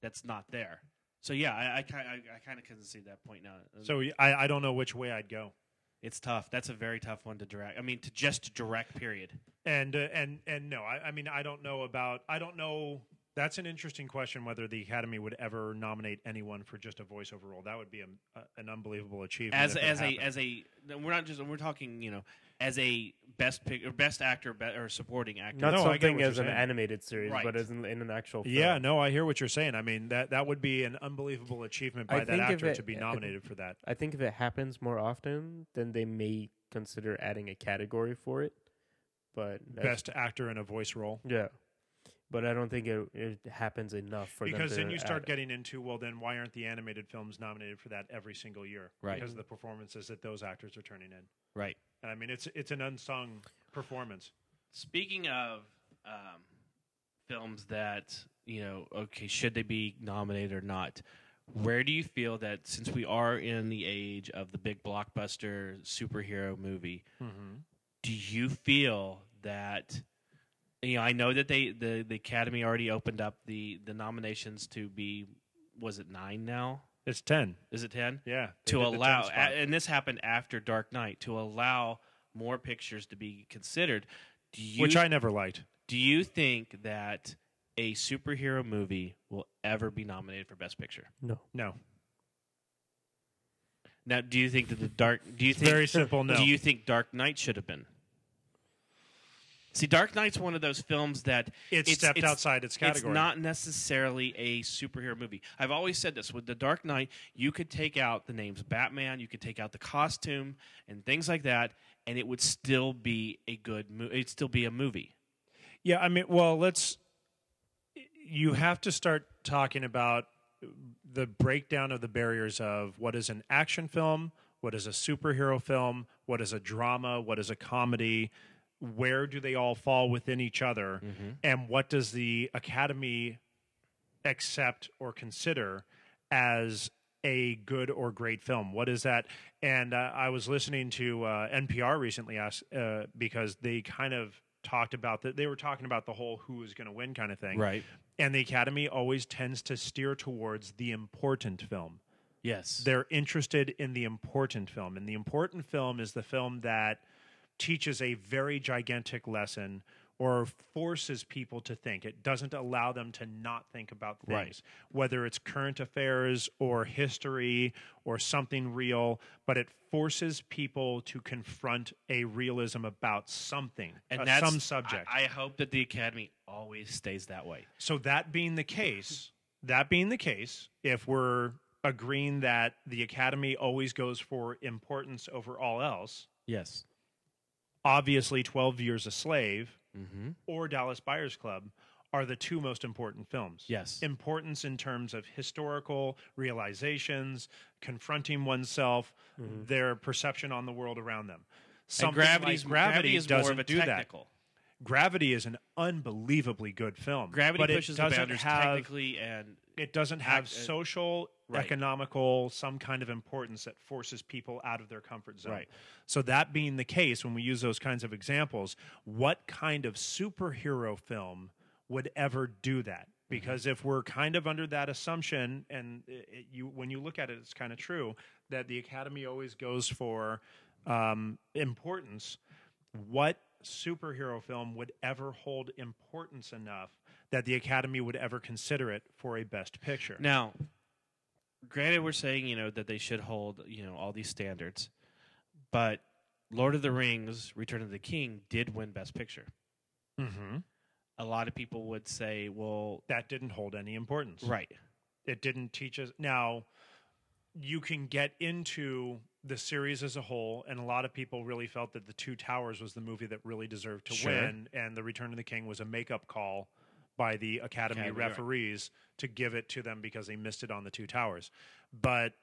Speaker 6: that's not there so yeah i i, ki- I, I kind of couldn't see that point now
Speaker 5: So I, I don't know which way I'd go.
Speaker 6: it's tough that's a very tough one to direct i mean to just direct period
Speaker 5: And uh, and and no, I, I mean I don't know about I don't know. That's an interesting question. Whether the Academy would ever nominate anyone for just a voiceover role, that would be a, a- an unbelievable achievement.
Speaker 6: as
Speaker 5: if it
Speaker 6: as a
Speaker 5: happened.
Speaker 6: as a we're not just we're talking you know as a best pick or best actor be, or supporting actor
Speaker 4: Not
Speaker 5: No, I get
Speaker 4: something
Speaker 5: what you're
Speaker 4: as an
Speaker 5: saying.
Speaker 4: animated series,
Speaker 6: Right.
Speaker 4: but as in, in an actual. Film.
Speaker 5: yeah, no, I hear what you're saying. I mean that that would be an unbelievable achievement
Speaker 4: I
Speaker 5: by that
Speaker 4: think if
Speaker 5: actor
Speaker 4: it-
Speaker 5: to be
Speaker 4: I- I-
Speaker 5: nominated for that.
Speaker 4: I think if it happens more often, then they may consider adding a category for it. But that's-
Speaker 5: Best actor in a voice role.
Speaker 4: yeah. But I don't think it, it happens enough for them
Speaker 5: because
Speaker 4: to
Speaker 5: then you
Speaker 4: add
Speaker 5: start
Speaker 4: it.
Speaker 5: getting into well then why aren't the animated films nominated for that every single year
Speaker 6: Right.
Speaker 5: because of the performances that those actors are turning in
Speaker 6: right
Speaker 5: and i mean it's it's an unsung performance
Speaker 6: Speaking of um, films that you know, okay, should they be nominated or not? Where do you feel that since we are in the age of the big blockbuster superhero movie, do you feel that you know? I know that they the, the Academy already opened up the the nominations to be was it nine now?
Speaker 5: it's 10
Speaker 6: Is it ten?
Speaker 5: yeah they
Speaker 6: to
Speaker 5: did the 10
Speaker 6: allow
Speaker 5: spot.
Speaker 6: a- and this happened after Dark Knight to allow more pictures to be considered. Do you
Speaker 5: which i never liked
Speaker 6: do you think that a superhero movie will ever be nominated for Best Picture?
Speaker 4: no.
Speaker 5: no
Speaker 6: Now, do you think that the Dark? Do you think
Speaker 5: very simple, no.
Speaker 6: Do you think Dark Knight should have been? See, Dark Knight's one of those films that
Speaker 5: It stepped outside
Speaker 6: It's
Speaker 5: its category.
Speaker 6: not necessarily a superhero movie. I've always said this with the Dark Knight, you could take out the names Batman, you could take out the costume and things like that, and it would still be a good movie. It'd still be a movie.
Speaker 5: yeah i mean well let's you have to start talking about the breakdown of the barriers of what is an action film, what is a superhero film, what is a drama, what is a comedy, where do they all fall within each other, and what does the academy accept or consider as a good or great film? What is that? And uh, I was listening to uh, NPR recently ask, uh, because they kind of talked about that. They were talking about the whole who is going to win kind of thing.
Speaker 6: Right.
Speaker 5: And the Academy always tends to steer towards the important film.
Speaker 6: Yes.
Speaker 5: They're interested in the important film. And the important film is the film that teaches a very gigantic lesson or forces people to think. It doesn't allow them to not think about things,
Speaker 6: Right.
Speaker 5: whether it's current affairs or history or something real, but it forces people to confront a realism about something, uh, some subject.
Speaker 6: I, I hope that the Academy always stays that way.
Speaker 5: So that being the case, that being the case, if we're agreeing that the academy always goes for importance over all else,
Speaker 6: Yes.
Speaker 5: obviously 12 Years a Slave
Speaker 6: Mm-hmm.
Speaker 5: or Dallas Buyers Club are the two most important films.
Speaker 6: Yes.
Speaker 5: Importance in terms of historical realizations, confronting oneself, their perception on the world around them. Something like
Speaker 6: gravity's Mm-hmm. gravity is more of a technical.
Speaker 5: Gravity is an unbelievably good film.
Speaker 6: Gravity
Speaker 5: but it
Speaker 6: pushes the
Speaker 5: doesn't
Speaker 6: boundaries
Speaker 5: have-
Speaker 6: technically, and
Speaker 5: it doesn't have
Speaker 6: Act- uh,
Speaker 5: social,
Speaker 6: Right.
Speaker 5: economical, some kind of importance that forces people out of their comfort zone.
Speaker 6: Right.
Speaker 5: So that being the case, when we use those kinds of examples, what kind of superhero film would ever do that?
Speaker 6: Mm-hmm.
Speaker 5: Because if we're kind of under that assumption, and it, it- you, when you look at it, it's kind of true that the Academy always goes for um, importance what superhero film would ever hold importance enough that the Academy would ever consider it for a Best Picture?
Speaker 6: now, granted, we're saying you know that they should hold you know all these standards, but Lord of the Rings: Return of the King did win Best Picture.
Speaker 5: Mm-hmm.
Speaker 6: A lot of people would say, "Well,
Speaker 5: That didn't hold any importance.
Speaker 6: right,
Speaker 5: It didn't teach us. Now, you can get into the series as a whole, and a lot of people really felt that The Two Towers was the movie that really deserved to
Speaker 6: Sure.
Speaker 5: win, and The Return of the King was a makeup call by the Academy,
Speaker 6: Academy, right.
Speaker 5: referees to give it to them because they missed it on The Two Towers. But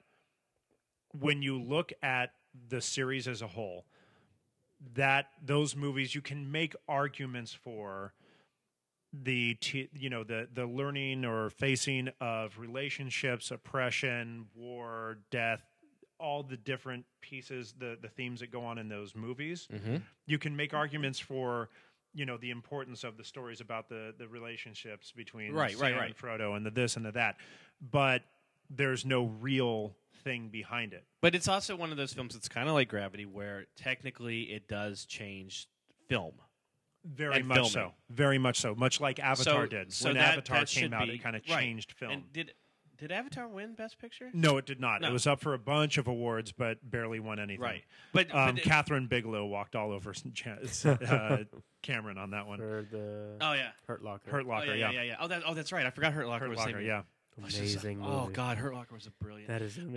Speaker 5: when you look at the series as a whole, that those movies you can make arguments for the t- you know the the learning or facing of relationships oppression war death all the different pieces the the themes that go on in those movies
Speaker 4: Mm-hmm.
Speaker 5: you can make arguments for you know the importance of the stories about the the relationships between
Speaker 6: Right, right,
Speaker 5: Sam
Speaker 6: right.
Speaker 5: and Frodo and the this and the that but there's no real thing behind it
Speaker 6: But it's also one of those films that's kind of like Gravity, where technically it does change film.
Speaker 5: very
Speaker 6: And
Speaker 5: much
Speaker 6: filming.
Speaker 5: so very much so much like avatar
Speaker 6: so,
Speaker 5: did
Speaker 6: so
Speaker 5: when
Speaker 6: that,
Speaker 5: avatar
Speaker 6: that should
Speaker 5: came out
Speaker 6: be-
Speaker 5: it kind of
Speaker 6: right.
Speaker 5: changed film Mm-hmm.
Speaker 6: And did did Avatar win Best Picture?
Speaker 5: No, it did not.
Speaker 6: No.
Speaker 5: It was up for a bunch of awards, but barely won anything.
Speaker 6: Right. But-
Speaker 5: um,
Speaker 6: but-
Speaker 5: Catherine Bigelow walked all over some cha- uh, Cameron on that one.
Speaker 4: for the
Speaker 6: Oh yeah.
Speaker 4: Uh, Hurt Locker.
Speaker 5: Hurt
Speaker 6: Oh
Speaker 5: Locker,
Speaker 6: yeah, yeah, yeah, yeah. Oh, that, oh, that's right. I forgot Hurt Locker
Speaker 5: Hurt
Speaker 6: was
Speaker 5: Locker,
Speaker 6: saving-
Speaker 5: yeah.
Speaker 6: was just-
Speaker 4: Amazing
Speaker 6: Oh
Speaker 4: movie.
Speaker 6: God, Hurt Locker was a brilliant.
Speaker 4: That is amazing.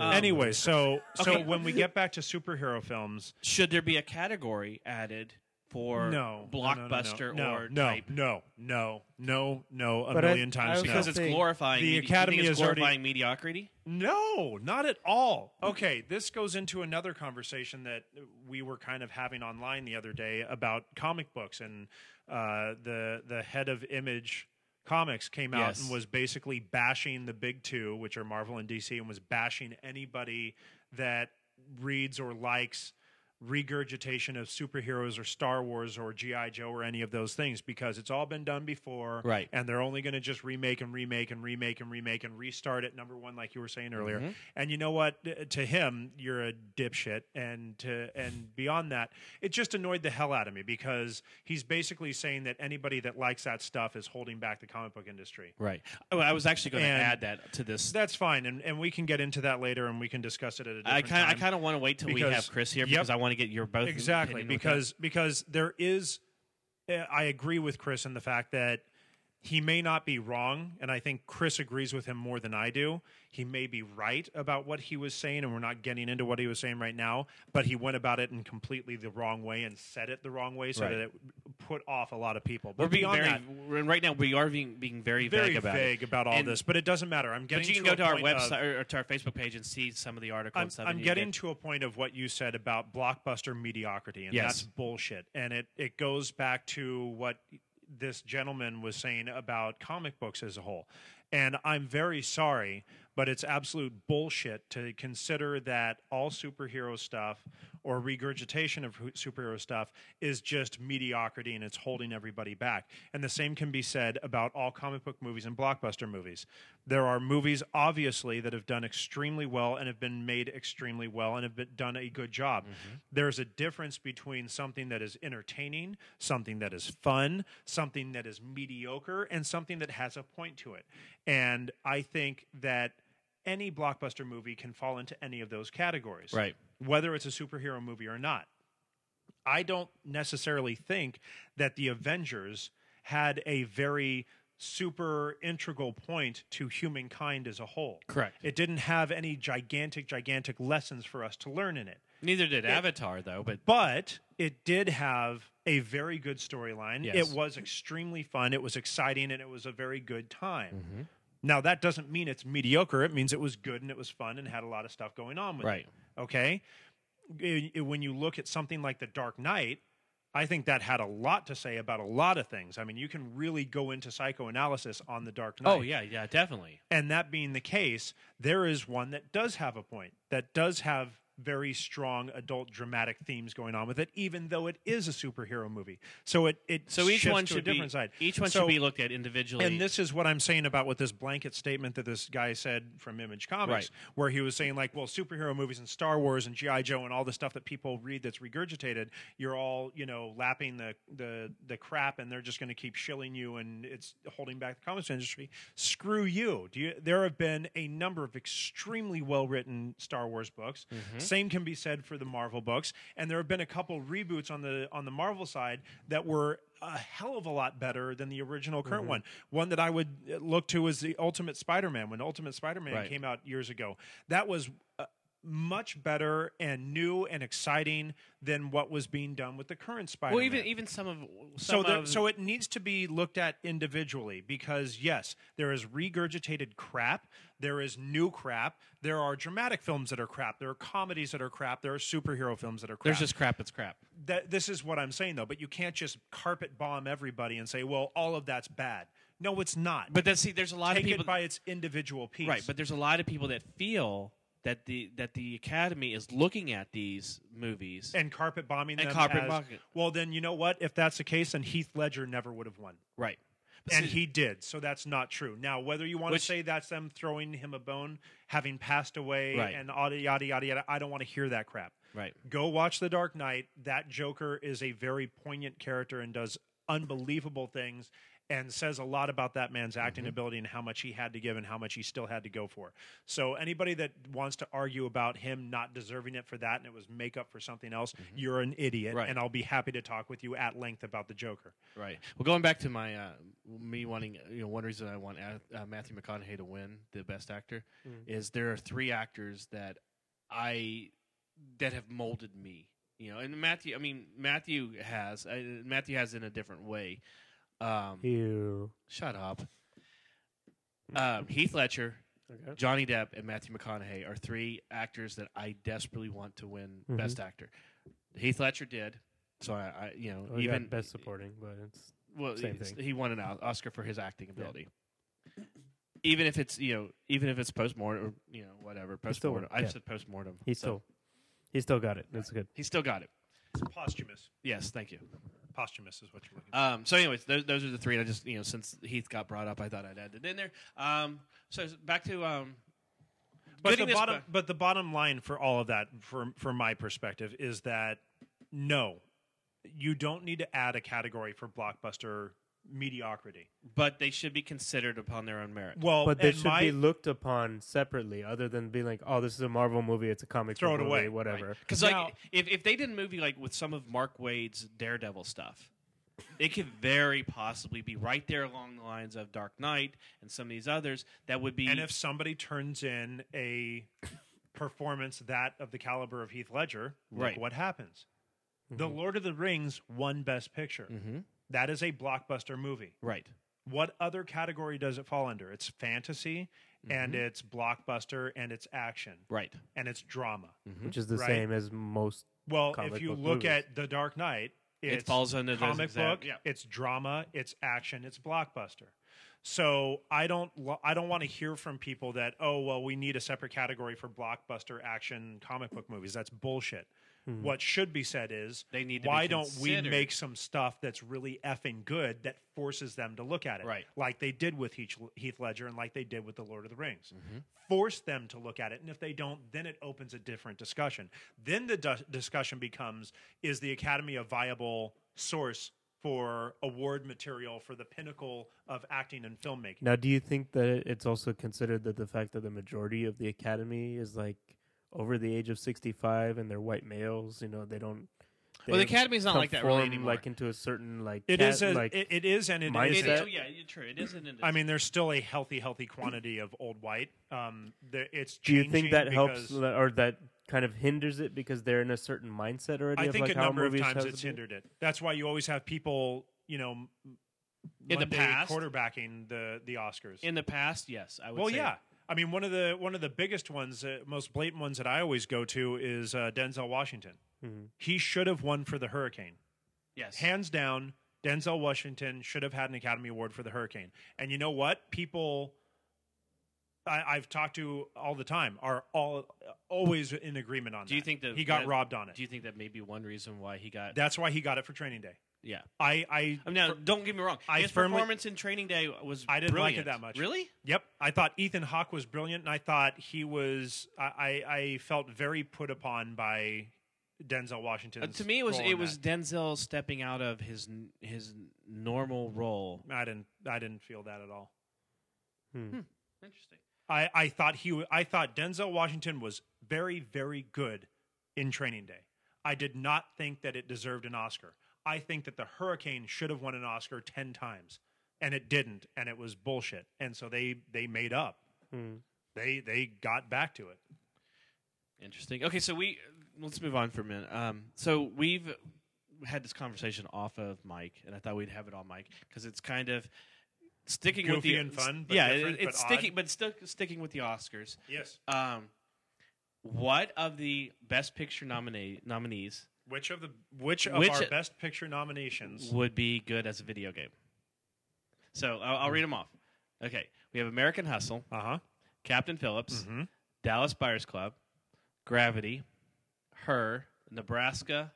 Speaker 5: Anyway, so so
Speaker 6: Um, Okay.
Speaker 5: when we get back to superhero films,
Speaker 6: Should there be a category added for
Speaker 5: no
Speaker 6: blockbuster
Speaker 5: no, no,
Speaker 6: or
Speaker 5: no,
Speaker 6: type?
Speaker 5: no, no, no, no, a
Speaker 4: But I-
Speaker 5: million
Speaker 4: I
Speaker 5: times
Speaker 4: also
Speaker 5: no.
Speaker 6: Because it's
Speaker 4: think
Speaker 6: glorifying
Speaker 5: the
Speaker 6: medi- you think
Speaker 5: Academy
Speaker 6: it's
Speaker 5: is already-
Speaker 6: glorifying mediocrity.
Speaker 5: No, not at all. Okay, this goes into another conversation that we were kind of having online the other day about comic books, and uh, the the head of Image Comics came out
Speaker 6: Yes.
Speaker 5: and was basically bashing the big two, which are Marvel and DC, and was bashing anybody that reads or likes regurgitation of superheroes or Star Wars or GI Joe or any of those things because it's all been done before
Speaker 6: Right.
Speaker 5: and they're only going to just remake and remake and remake and remake and restart at number one, like you were saying earlier. And you know what? Uh, To him, you're a dipshit, and to and beyond that, it just annoyed the hell out of me because he's basically saying that anybody that likes that stuff is holding back the comic book industry.
Speaker 6: Right. Oh, I was actually going to
Speaker 5: And-
Speaker 6: add that to this.
Speaker 5: That's fine, and, and we can get into that later, and we can discuss it at a different
Speaker 6: I kind
Speaker 5: time.
Speaker 6: of, I kind of want to wait till we
Speaker 5: Because-
Speaker 6: have Chris here
Speaker 5: yep.
Speaker 6: because I want to get your both
Speaker 5: exactly
Speaker 6: opinion with
Speaker 5: because because there is eh, i agree with chris in the fact that he may not be wrong and i think chris agrees with him more than i do he may be right about what he was saying and we're not getting into what he was saying right now but he went about it in completely the wrong way and said it the wrong way so
Speaker 6: Right.
Speaker 5: that it put off a lot of people
Speaker 6: that.
Speaker 5: but
Speaker 6: we're being
Speaker 5: beyond
Speaker 6: very
Speaker 5: that,
Speaker 6: we're- right now. We are being being very,
Speaker 5: very
Speaker 6: vague about it.
Speaker 5: about all
Speaker 6: And-
Speaker 5: this but it doesn't matter i'm getting
Speaker 6: But you can
Speaker 5: to
Speaker 6: go
Speaker 5: a
Speaker 6: to our
Speaker 5: point of-
Speaker 6: website or, or to our Facebook page and see some of the articles.
Speaker 5: I'm,
Speaker 6: and stuff
Speaker 5: I'm
Speaker 6: and you
Speaker 5: getting
Speaker 6: get-
Speaker 5: to a point of what you said about blockbuster mediocrity, and
Speaker 6: Yes.
Speaker 5: that's bullshit. And it, it goes back to what this gentleman was saying about comic books as a whole. And I'm very sorry, but it's absolute bullshit to consider that all superhero stuff or regurgitation of hu- superhero stuff is just mediocrity and it's holding everybody back. And the same can be said about all comic book movies and blockbuster movies. There are movies, obviously, that have done extremely well and have been made extremely well and have been, done a good job. There's a difference between something that is entertaining, something that is fun, something that is mediocre, and something that has a point to it. And I think that any blockbuster movie can fall into any of those categories.
Speaker 6: Right.
Speaker 5: Whether it's a superhero movie or not. I don't necessarily think that the Avengers had a very super integral point to humankind as a whole.
Speaker 6: Correct.
Speaker 5: It didn't have any gigantic, gigantic lessons for us to learn in it.
Speaker 6: Neither did Avatar though, but
Speaker 5: But it did have a very good storyline.
Speaker 6: Yes.
Speaker 5: It was extremely fun. It was exciting and it was a very good time.
Speaker 6: Mm-hmm.
Speaker 5: Now, that doesn't mean it's mediocre. It means it was good and it was fun and had a lot of stuff going on with
Speaker 6: Right.
Speaker 5: it. Okay. I- I- when you look at something like The Dark Knight, I think that had a lot to say about a lot of things. I mean, you can really go into psychoanalysis on The Dark Knight.
Speaker 6: oh yeah, yeah, definitely.
Speaker 5: And that being the case, there is one that does have a point, that does have very strong adult dramatic themes going on with it, even though it is a superhero movie. So it it
Speaker 6: So each
Speaker 5: shifts
Speaker 6: one
Speaker 5: to
Speaker 6: should
Speaker 5: a different
Speaker 6: be
Speaker 5: side.
Speaker 6: each one
Speaker 5: So-
Speaker 6: should be looked at individually.
Speaker 5: and this is what I'm saying about what this blanket statement that this guy said from Image
Speaker 6: Right.
Speaker 5: Comics, where he was saying like, well, superhero movies and Star Wars and GI Joe and all the stuff that people read that's regurgitated, you're all you know lapping the the the crap, and they're just going to keep shilling you, and it's holding back the comics industry. Screw you. Do you? There have been a number of extremely well written Star Wars books, Same can be said for the Marvel books, and there have been a couple reboots on the on the Marvel side that were a hell of a lot better than the original current
Speaker 6: Mm-hmm.
Speaker 5: one. One that I would uh, look to is the Ultimate Spider-Man. When Ultimate Spider-Man
Speaker 6: Right.
Speaker 5: came out years ago, that was uh, much better and new and exciting than what was being done with the current Spider-Man
Speaker 6: Well, even even some of some
Speaker 5: so there,
Speaker 6: of,
Speaker 5: so it needs to be looked at individually because yes, there is regurgitated crap, there is new crap, there are dramatic films that are crap, there are comedies that are crap, there are superhero films that are crap.
Speaker 6: there's just crap. It's crap.
Speaker 5: That- this is what I'm saying though, but you can't just carpet bomb everybody and say, "Well, all of that's bad." No, it's not.
Speaker 6: But then see, there's a lot
Speaker 5: take
Speaker 6: of people
Speaker 5: it by its individual piece.
Speaker 6: Right, but there's a lot of people that feel that the that the Academy is looking at these movies.
Speaker 5: and carpet bombing
Speaker 6: And
Speaker 5: them
Speaker 6: carpet
Speaker 5: as-
Speaker 6: bombing.
Speaker 5: Well, then you know what? If that's the case, then Heath Ledger never would have won.
Speaker 6: right.
Speaker 5: and
Speaker 6: So-
Speaker 5: he did so that's not true now whether you want
Speaker 6: Which-
Speaker 5: to say that's them throwing him a bone having passed away
Speaker 6: Right.
Speaker 5: and yada yada yada yada i don't want to hear that crap
Speaker 6: Right.
Speaker 5: go watch the dark knight that joker is a very poignant character and does unbelievable things and says a lot about that man's
Speaker 6: Mm-hmm.
Speaker 5: acting ability and how much he had to give and how much he still had to go for so anybody that wants to argue about him not deserving it for that and it was makeup for something else you're an idiot
Speaker 6: Mm-hmm. Right.
Speaker 5: and i'll be happy to talk with you at length about the joker
Speaker 6: Right. Well, going back to my uh, me wanting, you know, one reason I want uh, uh, Matthew McConaughey to win the Best Actor is there are three actors that I that have molded me. You know, and Matthew. I mean, Matthew has uh, Matthew has in a different way. Um,
Speaker 4: Ew.
Speaker 6: shut up. Um, Heath Ledger,
Speaker 4: Okay.
Speaker 6: Johnny Depp, and Matthew McConaughey are three actors that I desperately want to win
Speaker 4: Mm-hmm.
Speaker 6: Best Actor. Heath Ledger did, so I, I you know,
Speaker 4: Well,
Speaker 6: even
Speaker 4: even Oh, best supporting, but it's
Speaker 6: well,
Speaker 4: Same
Speaker 6: it's-
Speaker 4: thing.
Speaker 6: he won an O- Oscar for his acting ability. Even if it's you know, even if it's post mortem or you know whatever post
Speaker 4: still
Speaker 6: mortem,
Speaker 4: won,
Speaker 6: I
Speaker 4: yeah.
Speaker 6: said post mortem.
Speaker 4: he still he still got it. That's good.
Speaker 6: he still got it.
Speaker 5: it's posthumous
Speaker 6: Yes, thank you.
Speaker 5: posthumous is what you're looking
Speaker 6: Um, so, anyways, those, those are the three. And I just you know since Heath got brought up, I thought I'd add it in there. Um, so back to um,
Speaker 5: But
Speaker 6: getting
Speaker 5: the
Speaker 6: this
Speaker 5: bottom,
Speaker 6: back-
Speaker 5: but the bottom line for all of that, from from my perspective, is that no, you don't need to add a category for blockbuster mediocrity.
Speaker 6: but they should be considered upon their own merit.
Speaker 5: Well,
Speaker 4: But they
Speaker 5: and
Speaker 4: should
Speaker 5: my-
Speaker 4: be looked upon separately, other than being like, "Oh, this is a Marvel movie. It's a comic
Speaker 5: Throw
Speaker 4: book
Speaker 5: it
Speaker 4: movie,
Speaker 5: away.
Speaker 4: whatever."
Speaker 6: Because
Speaker 5: Now-
Speaker 6: like if, if they did a movie like with some of Mark Wade's Daredevil stuff, it could very possibly be right there along the lines of Dark Knight and some of these others that would be
Speaker 5: and if somebody turns in a performance that of the caliber of Heath Ledger, look
Speaker 6: Right.
Speaker 5: what happens. The
Speaker 4: Mm-hmm.
Speaker 5: Lord of the Rings won Best Picture. That is a blockbuster movie.
Speaker 6: right.
Speaker 5: what other category does it fall under? It's fantasy
Speaker 4: Mm-hmm.
Speaker 5: and it's blockbuster and it's action
Speaker 6: Right.
Speaker 5: and it's drama.
Speaker 4: Which is the
Speaker 5: Right.
Speaker 4: same as most.
Speaker 5: Well,
Speaker 4: Comic
Speaker 5: if you
Speaker 4: book
Speaker 5: look
Speaker 4: movies.
Speaker 5: at The Dark Knight, it's
Speaker 6: falls under those
Speaker 5: comic
Speaker 6: exact-
Speaker 5: book,
Speaker 6: yeah.
Speaker 5: it's drama, it's action, it's blockbuster. So I don't lo- I don't want to hear from people that oh well we need a separate category for blockbuster action comic book movies. That's bullshit. What should be said is
Speaker 6: Hmm. They need to be
Speaker 5: why don't we
Speaker 6: considered.
Speaker 5: make some stuff that's really effing good that forces them to look at it
Speaker 6: Right.
Speaker 5: like they did with Heath Heath Ledger and like they did with The Lord of the Rings.
Speaker 6: Mm-hmm.
Speaker 5: Force them to look at it. And if they don't, then it opens a different discussion. Then the dus- discussion becomes is the Academy a viable source for award material for the pinnacle of acting and filmmaking?
Speaker 4: Now, do you think that it's also considered that the fact that the majority of the Academy is like over the age of sixty-five and they're white males? You know, they don't. They
Speaker 6: Well, the Academy's not like that really
Speaker 4: conform,
Speaker 6: anymore.
Speaker 4: Like into a certain like
Speaker 5: It
Speaker 4: cat-
Speaker 5: is a,
Speaker 4: like
Speaker 5: it, it is and it
Speaker 4: mindset.
Speaker 5: is
Speaker 6: It,
Speaker 4: that-
Speaker 6: oh, yeah, you're true. It is an industry.
Speaker 5: I mean, there's still a healthy, healthy quantity of old white. Um, there, it's
Speaker 4: do you think
Speaker 5: changing
Speaker 4: that helps
Speaker 5: because-
Speaker 4: or that kind of hinders it because they're in a certain mindset already?
Speaker 5: I
Speaker 4: of
Speaker 5: think
Speaker 4: like
Speaker 5: a
Speaker 4: how
Speaker 5: number of
Speaker 4: movies
Speaker 5: times
Speaker 4: have
Speaker 5: it's
Speaker 4: to be?
Speaker 5: hindered it. That's why you always have people, you know, m-
Speaker 6: In the
Speaker 5: Monday
Speaker 6: past?
Speaker 5: quarterbacking the the Oscars.
Speaker 6: in the past, yes, I would.
Speaker 5: well,
Speaker 6: say-
Speaker 5: yeah. I mean, one of the one of the biggest ones, uh, most blatant ones that I always go to is uh, Denzel Washington.
Speaker 6: Mm-hmm.
Speaker 5: He should have won for the Hurricane,
Speaker 6: yes,
Speaker 5: hands down. Denzel Washington should have had an Academy Award for the Hurricane. And you know what? People I, I've talked to all the time are all always in agreement on that.
Speaker 6: Do you think that
Speaker 5: he got
Speaker 6: that-
Speaker 5: robbed on it?
Speaker 6: Do you think that may be one reason why he got?
Speaker 5: That's why he got it for Training Day.
Speaker 6: yeah.
Speaker 5: I, I,
Speaker 6: I mean, now, don't get me wrong.
Speaker 5: I
Speaker 6: His
Speaker 5: firmly-
Speaker 6: performance in Training Day was
Speaker 5: I didn't like it
Speaker 6: brilliant.
Speaker 5: that much.
Speaker 6: Really?
Speaker 5: Yep, I thought Ethan Hawke was brilliant, and I thought he was. I, I, I felt very put upon by Denzel Washington.
Speaker 6: Uh, to me, it was it was Denzel stepping out of his n- his normal role.
Speaker 5: I didn't. I didn't feel that at all.
Speaker 6: Interesting.
Speaker 5: I, I thought he. w- I thought Denzel Washington was very, very good in Training Day. I did not think that it deserved an Oscar. I think that the Hurricane should have won an Oscar 10 times and it didn't and it was bullshit. And so they they made up. They they got back to it.
Speaker 6: Interesting. Okay, so we let's move on for a minute. Um, so we've had this conversation off of Mike, and I thought we'd have it on Mike because it's kind of sticking with
Speaker 5: Goofy
Speaker 6: the
Speaker 5: and fun, but
Speaker 6: yeah,
Speaker 5: different,
Speaker 6: it's
Speaker 5: but
Speaker 6: sticking,
Speaker 5: odd.
Speaker 6: but still sticking with the Oscars.
Speaker 5: Yes.
Speaker 6: Um, what of the Best Picture nominee nominees
Speaker 5: Which of the which of
Speaker 6: Which-
Speaker 5: our best picture nominations?
Speaker 6: would be good as a video game? So I'll,
Speaker 5: Hmm.
Speaker 6: I'll read them off. Okay, we have American Hustle,
Speaker 5: Uh-huh.
Speaker 6: Captain Phillips,
Speaker 5: Mm-hmm.
Speaker 6: Dallas Buyers Club, Gravity, Her, Nebraska,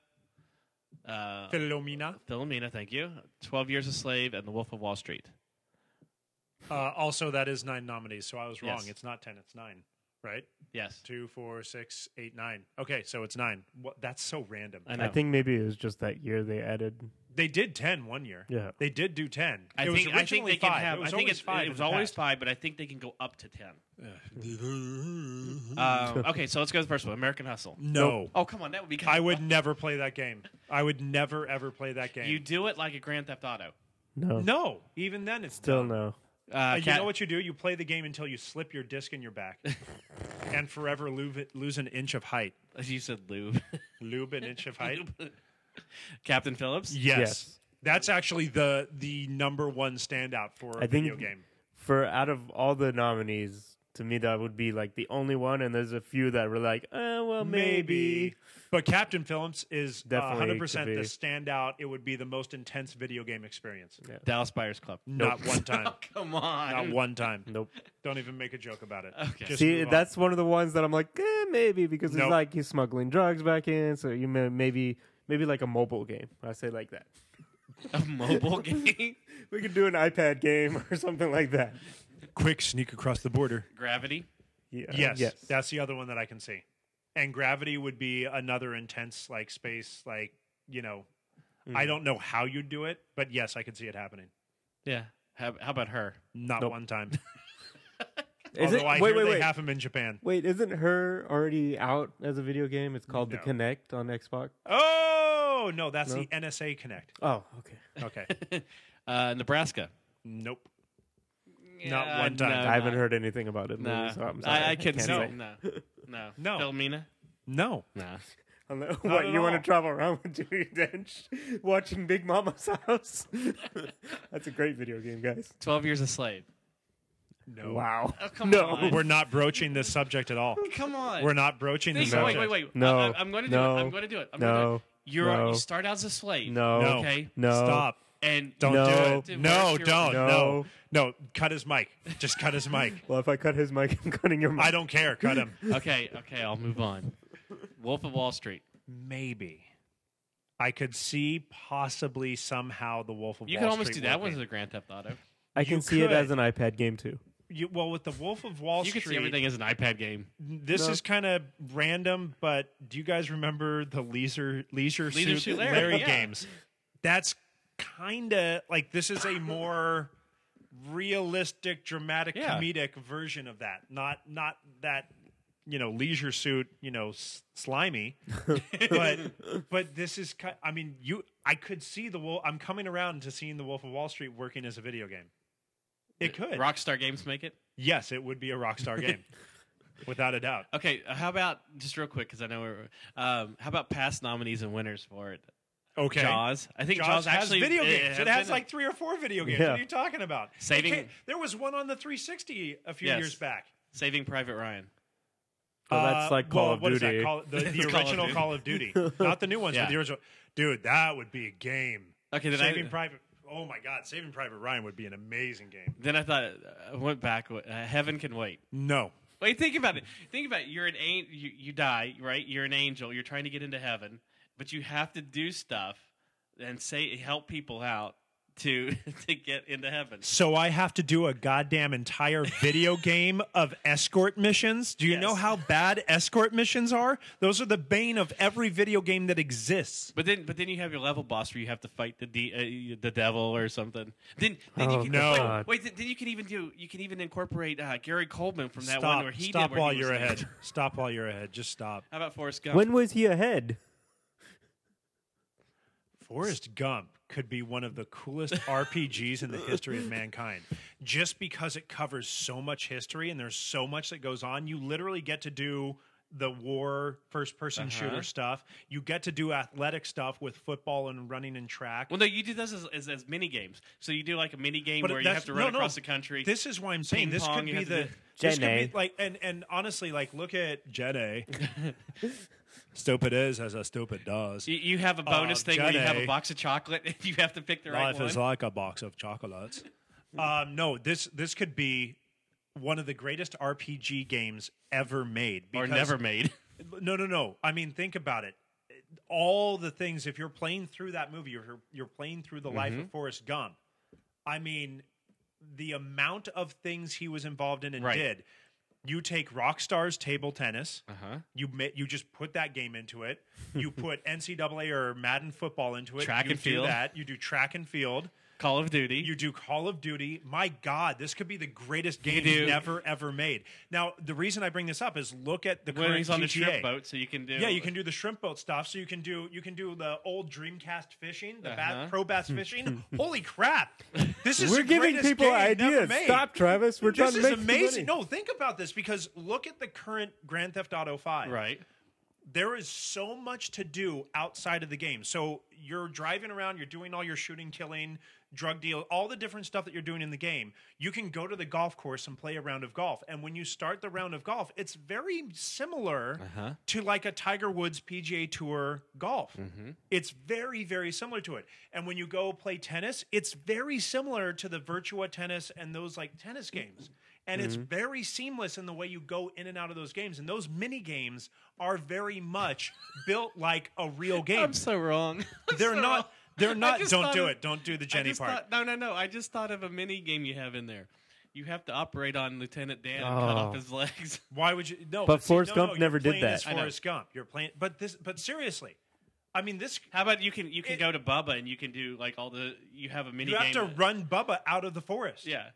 Speaker 6: uh,
Speaker 5: Philomena.
Speaker 6: Philomena, thank you. 12 Years a Slave and The Wolf of Wall Street.
Speaker 5: Uh, also that is 9 nominees, so I was wrong.
Speaker 6: Yes.
Speaker 5: It's not 10, it's 9, right?
Speaker 6: Yes.
Speaker 5: Two, four, six, eight, nine. Okay, so it's 9. What that's so random.
Speaker 6: I know.
Speaker 4: I think maybe it was just that year they added.
Speaker 5: They did ten one year.
Speaker 4: Yeah.
Speaker 5: They did do 10.
Speaker 6: I
Speaker 5: it
Speaker 6: think,
Speaker 5: was
Speaker 6: I think
Speaker 5: originally
Speaker 6: they can
Speaker 5: five.
Speaker 6: have.
Speaker 5: it was
Speaker 6: I think
Speaker 5: always
Speaker 6: it's,
Speaker 5: five.
Speaker 6: It
Speaker 5: in
Speaker 6: was
Speaker 5: the
Speaker 6: always
Speaker 5: past.
Speaker 6: five, but I think they can go up to ten. um, okay, so let's go to the first one. American Hustle.
Speaker 5: No.
Speaker 6: Oh come on, that would be. Kind
Speaker 5: Mm. I would never play that game. I would never ever play that game.
Speaker 6: You do it like a Grand Theft Auto.
Speaker 4: No,
Speaker 5: no, even then it's
Speaker 4: still
Speaker 5: dumb.
Speaker 4: no.
Speaker 5: Uh,
Speaker 6: Uh,
Speaker 5: you
Speaker 6: Cat-
Speaker 5: know what you do? You play the game until you slip your disc in your back, and forever lose, it- lose an inch of height.
Speaker 6: you said, lube.
Speaker 5: Lube an inch of height.
Speaker 6: Captain Phillips.
Speaker 5: Yes.
Speaker 4: Yes.
Speaker 5: that's actually the the number one standout for a
Speaker 4: I think-
Speaker 5: video game.
Speaker 4: For out of all the nominees, to me that would be like the only one, and there's a few that were like, eh, well, maybe.
Speaker 5: but Captain Phillips is uh,
Speaker 4: Definitely
Speaker 5: hundred percent
Speaker 4: could
Speaker 5: the
Speaker 4: be.
Speaker 5: standout. It would be the most intense video game experience.
Speaker 6: Dallas Buyers Club.
Speaker 5: Not one time.
Speaker 6: Oh, Come on.
Speaker 5: Not one time.
Speaker 4: Nope.
Speaker 5: Don't even make a joke about it.
Speaker 6: Mm. Okay.
Speaker 5: Just
Speaker 4: Mm. See,
Speaker 5: move on.
Speaker 4: that's one of the ones that I'm like, eh, maybe because it's
Speaker 5: Nope.
Speaker 4: like he's smuggling drugs back in, so you may, maybe maybe like a mobile game. I say like that.
Speaker 6: A mobile game.
Speaker 4: We could do an iPad game or something like that.
Speaker 5: quick sneak across the border.
Speaker 6: Gravity.
Speaker 4: Yeah.
Speaker 5: Yes, that's the other one that I can see. And gravity would be another intense like space like you know. I
Speaker 4: Mm.
Speaker 5: don't know how you'd do it, but yes, I could see it happening.
Speaker 6: Yeah. How, how about her?
Speaker 5: Not one time.
Speaker 4: Is
Speaker 5: Although
Speaker 4: it,
Speaker 5: I
Speaker 4: wait,
Speaker 5: hear
Speaker 4: wait,
Speaker 5: they
Speaker 4: wait.
Speaker 5: have them in Japan.
Speaker 4: Wait, isn't her already out as a video game? It's called
Speaker 5: No.
Speaker 4: The Connect on Xbox.
Speaker 5: Oh no, that's the NSA Connect.
Speaker 4: Oh, okay.
Speaker 5: Okay,
Speaker 6: Uh, Nebraska.
Speaker 5: nope. Not one time.
Speaker 4: I haven't heard anything about it.
Speaker 6: Nah.
Speaker 4: maybe, so I'm sorry.
Speaker 6: I, I couldn't
Speaker 4: can't
Speaker 6: say.
Speaker 4: say.
Speaker 6: No. No.
Speaker 5: No.
Speaker 6: Philomena?
Speaker 5: No,
Speaker 6: No.
Speaker 4: Unless-
Speaker 5: Not
Speaker 4: What
Speaker 5: at
Speaker 4: you want
Speaker 5: all.
Speaker 4: to travel around with Judy Dench, watching Big Mama's house? That's a great video game, guys.
Speaker 6: 12 Years a Slave.
Speaker 5: no.
Speaker 4: Wow.
Speaker 6: Oh, come
Speaker 4: No.
Speaker 6: on.
Speaker 5: We're not broaching this subject at all.
Speaker 6: come on.
Speaker 5: We're not broaching
Speaker 6: Think-
Speaker 5: this
Speaker 6: Wait,
Speaker 5: subject.
Speaker 6: wait, wait.
Speaker 4: No.
Speaker 6: I, am going to do
Speaker 4: No.
Speaker 6: it. I'm going to do it. I'm
Speaker 4: No.
Speaker 6: Gonna do it. You're,
Speaker 4: No.
Speaker 6: You start out as a slave.
Speaker 4: No.
Speaker 5: No.
Speaker 6: Okay.
Speaker 4: No.
Speaker 5: Stop.
Speaker 6: And
Speaker 5: Don't
Speaker 4: No.
Speaker 5: do
Speaker 6: It
Speaker 5: it. No,
Speaker 6: works, you're
Speaker 5: don't.
Speaker 4: right.
Speaker 5: No. no, Cut his mic. Just cut his mic.
Speaker 4: Well, if I cut his mic, I'm cutting your mic.
Speaker 5: I don't care. Cut him.
Speaker 6: Okay. Okay. I'll move on. Wolf of Wall Street.
Speaker 5: maybe I could see possibly somehow the Wolf of
Speaker 6: You
Speaker 5: Wall
Speaker 6: could almost
Speaker 5: Street
Speaker 6: do that one
Speaker 5: working.
Speaker 6: as a Grand Theft Auto.
Speaker 4: I can
Speaker 5: You
Speaker 4: see
Speaker 5: could.
Speaker 4: it as an iPad game too.
Speaker 5: You, well, with the Wolf of Wall
Speaker 6: You could
Speaker 5: Street,
Speaker 6: see everything as an iPad game.
Speaker 5: this is kind of random. But do you guys remember the Leisure Leisure,
Speaker 6: Leisure
Speaker 5: Suit
Speaker 6: Suit Larry, yeah.
Speaker 5: games? That's kind of like this is a more realistic, dramatic,
Speaker 6: Yeah.
Speaker 5: comedic version of that. Not not that you know Leisure Suit, you know, s- slimy. but but this is ki- I mean you I could see the wolf I'm coming around to seeing the Wolf of Wall Street working as a video game. It
Speaker 6: Uh,
Speaker 5: could.
Speaker 6: Rockstar Games make it.
Speaker 5: yes, it would be a Rockstar game. without a doubt.
Speaker 6: Okay. uh, How about just real quick because I know we're. Um, how about past nominees and winners for it?
Speaker 5: Okay.
Speaker 6: Jaws. I think
Speaker 5: Jaws,
Speaker 6: Jaws,
Speaker 5: has
Speaker 6: actually
Speaker 5: video games. It, has
Speaker 6: been-
Speaker 5: like 3 or 4 video games.
Speaker 4: Yeah.
Speaker 5: What are you talking about? It
Speaker 6: Saving-
Speaker 5: can't- There was one on the 360 a few
Speaker 6: Yes.
Speaker 5: years back.
Speaker 6: Saving Private Ryan.
Speaker 4: Well, Oh, that's
Speaker 5: Uh,
Speaker 4: like Call
Speaker 5: well,
Speaker 4: of
Speaker 5: what is that?
Speaker 4: Duty.
Speaker 5: Call- the, the
Speaker 6: It's Call of
Speaker 5: original
Speaker 6: Duty.
Speaker 5: Call of Duty, not the new ones,
Speaker 6: Yeah.
Speaker 5: but the original. Dude, that would be a game.
Speaker 6: Okay, then I-
Speaker 5: Saving Private. Oh my God, Saving Private Ryan would be an amazing game.
Speaker 6: Then I thought I went back. Uh, heaven can wait.
Speaker 5: No,
Speaker 6: Wait, think about it. Think about it. You're an an- you, you die, right? You're an angel. You're trying to get into heaven, but you have to do stuff and say help people out to to get into heaven.
Speaker 5: So I have to do a goddamn entire video game of escort missions. Do you know
Speaker 6: Yes.
Speaker 5: how bad escort missions are? Those are the bane of every video game that exists.
Speaker 6: But then, but then you have your level boss where you have to fight the de- uh, the devil or something. Then, then
Speaker 4: Oh,
Speaker 6: you can
Speaker 4: no.
Speaker 6: wait, wait, then- then you can even do you can even incorporate uh, Gary Coleman from that one
Speaker 5: stop!
Speaker 6: where he
Speaker 5: stop
Speaker 6: did where
Speaker 5: while
Speaker 6: he was
Speaker 5: you're
Speaker 6: like-
Speaker 5: ahead. Stop while you're ahead. Just stop.
Speaker 6: How about Forrest Gump?
Speaker 4: When was he ahead?
Speaker 5: Forrest Gump could be one of the coolest RPGs in the history of mankind just because it covers so much history and there's so much that goes on. You literally get to do the war first person
Speaker 6: Uh-huh.
Speaker 5: shooter stuff. You get to do athletic stuff with football and running and track.
Speaker 6: well, no, you do those as, as, as mini games. So you do like a mini game where you
Speaker 5: that's-
Speaker 6: have to run
Speaker 5: no, no.
Speaker 6: across the country.
Speaker 5: This is why I'm saying
Speaker 6: Ping
Speaker 5: this
Speaker 6: pong,
Speaker 5: could
Speaker 6: you
Speaker 5: be
Speaker 6: have to
Speaker 5: the
Speaker 6: do-
Speaker 5: this could
Speaker 4: Jenny.
Speaker 5: be like and and honestly like look at Jedi. stupid is as a stupid does.
Speaker 6: you, you have a bonus
Speaker 5: Uh,
Speaker 6: thing where you have
Speaker 5: Jenny.
Speaker 6: a box of chocolate and you have to pick the right
Speaker 5: Life
Speaker 6: one.
Speaker 5: is like a box of chocolates. um, no, this this could be one of the greatest RPG games ever made.
Speaker 6: or
Speaker 5: because-
Speaker 6: never made.
Speaker 5: No, no, no. I mean, think about it. All the things. If you're playing through that movie, you're you're playing through the life
Speaker 6: Mm-hmm.
Speaker 5: of Forrest Gump. I mean, the amount of things he was involved in and
Speaker 6: Right.
Speaker 5: did. You take Rockstar's table tennis.
Speaker 6: Uh-huh.
Speaker 5: You ma- you just put that game into it. You put NCAA or Madden football into it.
Speaker 6: Track
Speaker 5: you
Speaker 6: and
Speaker 5: do
Speaker 6: field.
Speaker 5: That you do track and field.
Speaker 6: Call of Duty.
Speaker 5: You do Call of Duty. My God, this could be the greatest game
Speaker 6: do.
Speaker 5: never ever made. Now, the reason I bring this up is look at the
Speaker 6: when
Speaker 5: current
Speaker 6: he's on the
Speaker 5: GTA.
Speaker 6: shrimp boat, so you can do.
Speaker 5: Yeah, you can do the shrimp boat stuff. So you can do you can do the old Dreamcast fishing, the bat,
Speaker 6: Uh-huh.
Speaker 5: pro bass fishing. Holy crap! This is
Speaker 4: We're
Speaker 5: the
Speaker 4: giving
Speaker 5: greatest
Speaker 4: people
Speaker 5: game never
Speaker 4: ideas.
Speaker 5: made.
Speaker 4: Stop, Travis. We're trying
Speaker 5: This
Speaker 4: to make
Speaker 5: is
Speaker 4: some
Speaker 5: amazing.
Speaker 4: money.
Speaker 5: No, think about this because look at the current Grand Theft Auto Five
Speaker 6: right.
Speaker 5: there is so much to do outside of the game. So you're driving around, you're doing all your shooting, killing, drug deal, all the different stuff that you're doing in the game. You can go to the golf course and play a round of golf. And when you start the round of golf, it's very similar to like a Tiger Woods PGA Tour golf. It's very, very similar to it. And when you go play tennis, it's very similar to the Virtua Tennis and those like tennis games and it's very seamless in the way you go in and out of those games. And those mini games are very much built like a real game.
Speaker 6: I'm so wrong. so
Speaker 5: they're not.
Speaker 6: wrong. I
Speaker 5: They're not.
Speaker 6: just
Speaker 5: Don't
Speaker 6: thought
Speaker 5: do
Speaker 6: of-
Speaker 5: it. Don't do the
Speaker 6: I
Speaker 5: Jenny
Speaker 6: just
Speaker 5: part.
Speaker 6: thought- no, no, no. I just thought of a mini game you have in there. You have to operate on Lieutenant Dan and cut
Speaker 4: Oh.
Speaker 6: off his legs.
Speaker 5: Why would you? No.
Speaker 4: But
Speaker 5: see,
Speaker 4: Forrest
Speaker 5: no,
Speaker 4: Gump
Speaker 5: no, you're
Speaker 4: never did
Speaker 5: playing
Speaker 4: that.
Speaker 5: as
Speaker 6: I know.
Speaker 5: Forrest Gump. You're playing. But this. But seriously, I mean, this.
Speaker 6: How about you can you can
Speaker 5: It-
Speaker 6: go to Bubba and you can do like all the you have a mini
Speaker 5: You have
Speaker 6: game.
Speaker 5: to run Bubba out of the forest.
Speaker 6: yeah.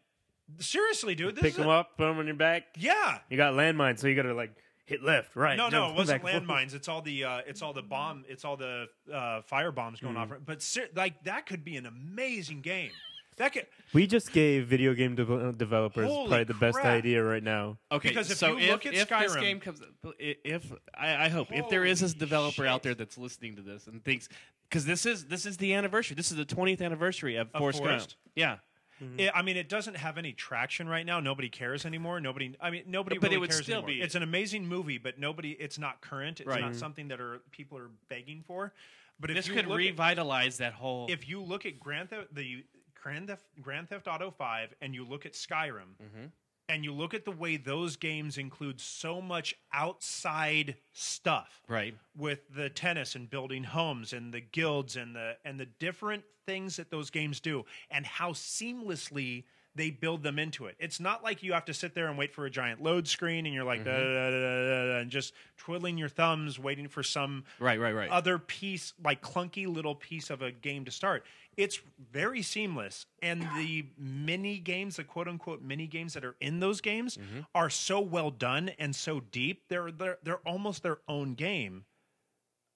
Speaker 5: Seriously, dude. This
Speaker 4: Pick
Speaker 5: is
Speaker 4: him
Speaker 5: a-
Speaker 4: up, put him on your back.
Speaker 5: Yeah.
Speaker 4: You got landmines, so you gotta like hit left, right.
Speaker 5: No, no,
Speaker 4: jump
Speaker 5: it wasn't
Speaker 4: back and forth.
Speaker 5: landmines. It's all the uh, it's all the bomb. It's all the uh, fire bombs going off. But ser- like that could be an amazing game. That could
Speaker 4: We just gave video game devel- developers
Speaker 5: Holy
Speaker 4: probably the best
Speaker 5: crap.
Speaker 4: idea right now.
Speaker 6: Okay.
Speaker 5: Because if
Speaker 6: so
Speaker 5: you look
Speaker 6: if,
Speaker 5: at
Speaker 6: if this
Speaker 5: Skyrim-
Speaker 6: game comes, if I, I hope if there is a developer out there that's listening to this and thinks because this is this is the anniversary. This is the 20th anniversary of, Force Gump.
Speaker 5: Forrest?
Speaker 6: Yeah. Mm-hmm.
Speaker 5: It, I mean, it doesn't have any traction right now. Nobody cares anymore. Nobody. I mean, nobody.
Speaker 6: But it
Speaker 5: really
Speaker 6: would
Speaker 5: cares
Speaker 6: still
Speaker 5: anymore.
Speaker 6: be-
Speaker 5: It's an amazing movie, but nobody. It's not current. It's
Speaker 6: Right.
Speaker 5: not something that are people are begging for. But if
Speaker 6: This
Speaker 5: you
Speaker 6: could
Speaker 5: look at-
Speaker 6: revitalize that whole.
Speaker 5: if you look at Grand Theft the Grand Theft Grand Theft Auto Five and you look at Skyrim and you look at the way those games include so much outside stuff,
Speaker 6: Right.
Speaker 5: With the tennis and building homes and the guilds and the and the different things that those games do and how seamlessly they build them into it. It's not like you have to sit there and wait for a giant load screen and you're like da, da, da, da, da, da, and just twiddling your thumbs waiting for some
Speaker 6: right. Right. Right.
Speaker 5: other piece, like clunky little piece of a game to start. It's very seamless, and the mini games, the quote unquote mini games that are in those games,
Speaker 6: Mm-hmm.
Speaker 5: are so well done and so deep. They're they're they're almost their own game.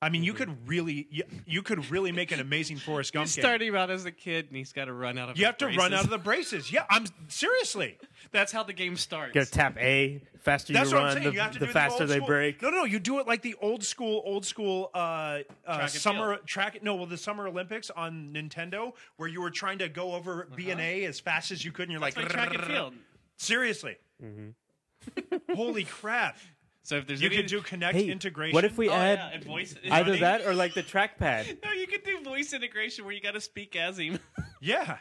Speaker 5: I mean, you
Speaker 6: Mm-hmm.
Speaker 5: could really you, you could really make an amazing Forrest Gump
Speaker 6: He's
Speaker 5: game.
Speaker 6: starting out as a kid, and he's got to run out of.
Speaker 5: you have to run out of the braces. Yeah, I'm seriously.
Speaker 6: That's how the game starts.
Speaker 4: You gotta tap A. Faster
Speaker 5: That's
Speaker 4: you
Speaker 5: what I'm
Speaker 4: run,
Speaker 5: saying.
Speaker 4: the,
Speaker 5: you have to
Speaker 4: the
Speaker 5: do
Speaker 4: faster
Speaker 5: old
Speaker 4: they
Speaker 5: school-
Speaker 4: break.
Speaker 5: No, no, you do it like the old school, old school uh, uh,
Speaker 6: and
Speaker 5: summer
Speaker 6: field.
Speaker 5: track. No, well, the Summer Olympics on Nintendo, where you were trying to go over B and A as fast as you could, and you're
Speaker 6: It's Uh-huh. like
Speaker 5: like,
Speaker 6: track and field.
Speaker 5: seriously, holy crap!
Speaker 6: So if there's
Speaker 5: You
Speaker 6: any,
Speaker 5: could do Connect
Speaker 4: Mm-hmm. Hey,
Speaker 5: integration.
Speaker 4: what if we
Speaker 6: Oh,
Speaker 4: add
Speaker 6: yeah, and voice-
Speaker 4: either that or like the trackpad?
Speaker 6: No, you could do voice integration where you got to speak as him.
Speaker 5: Yeah,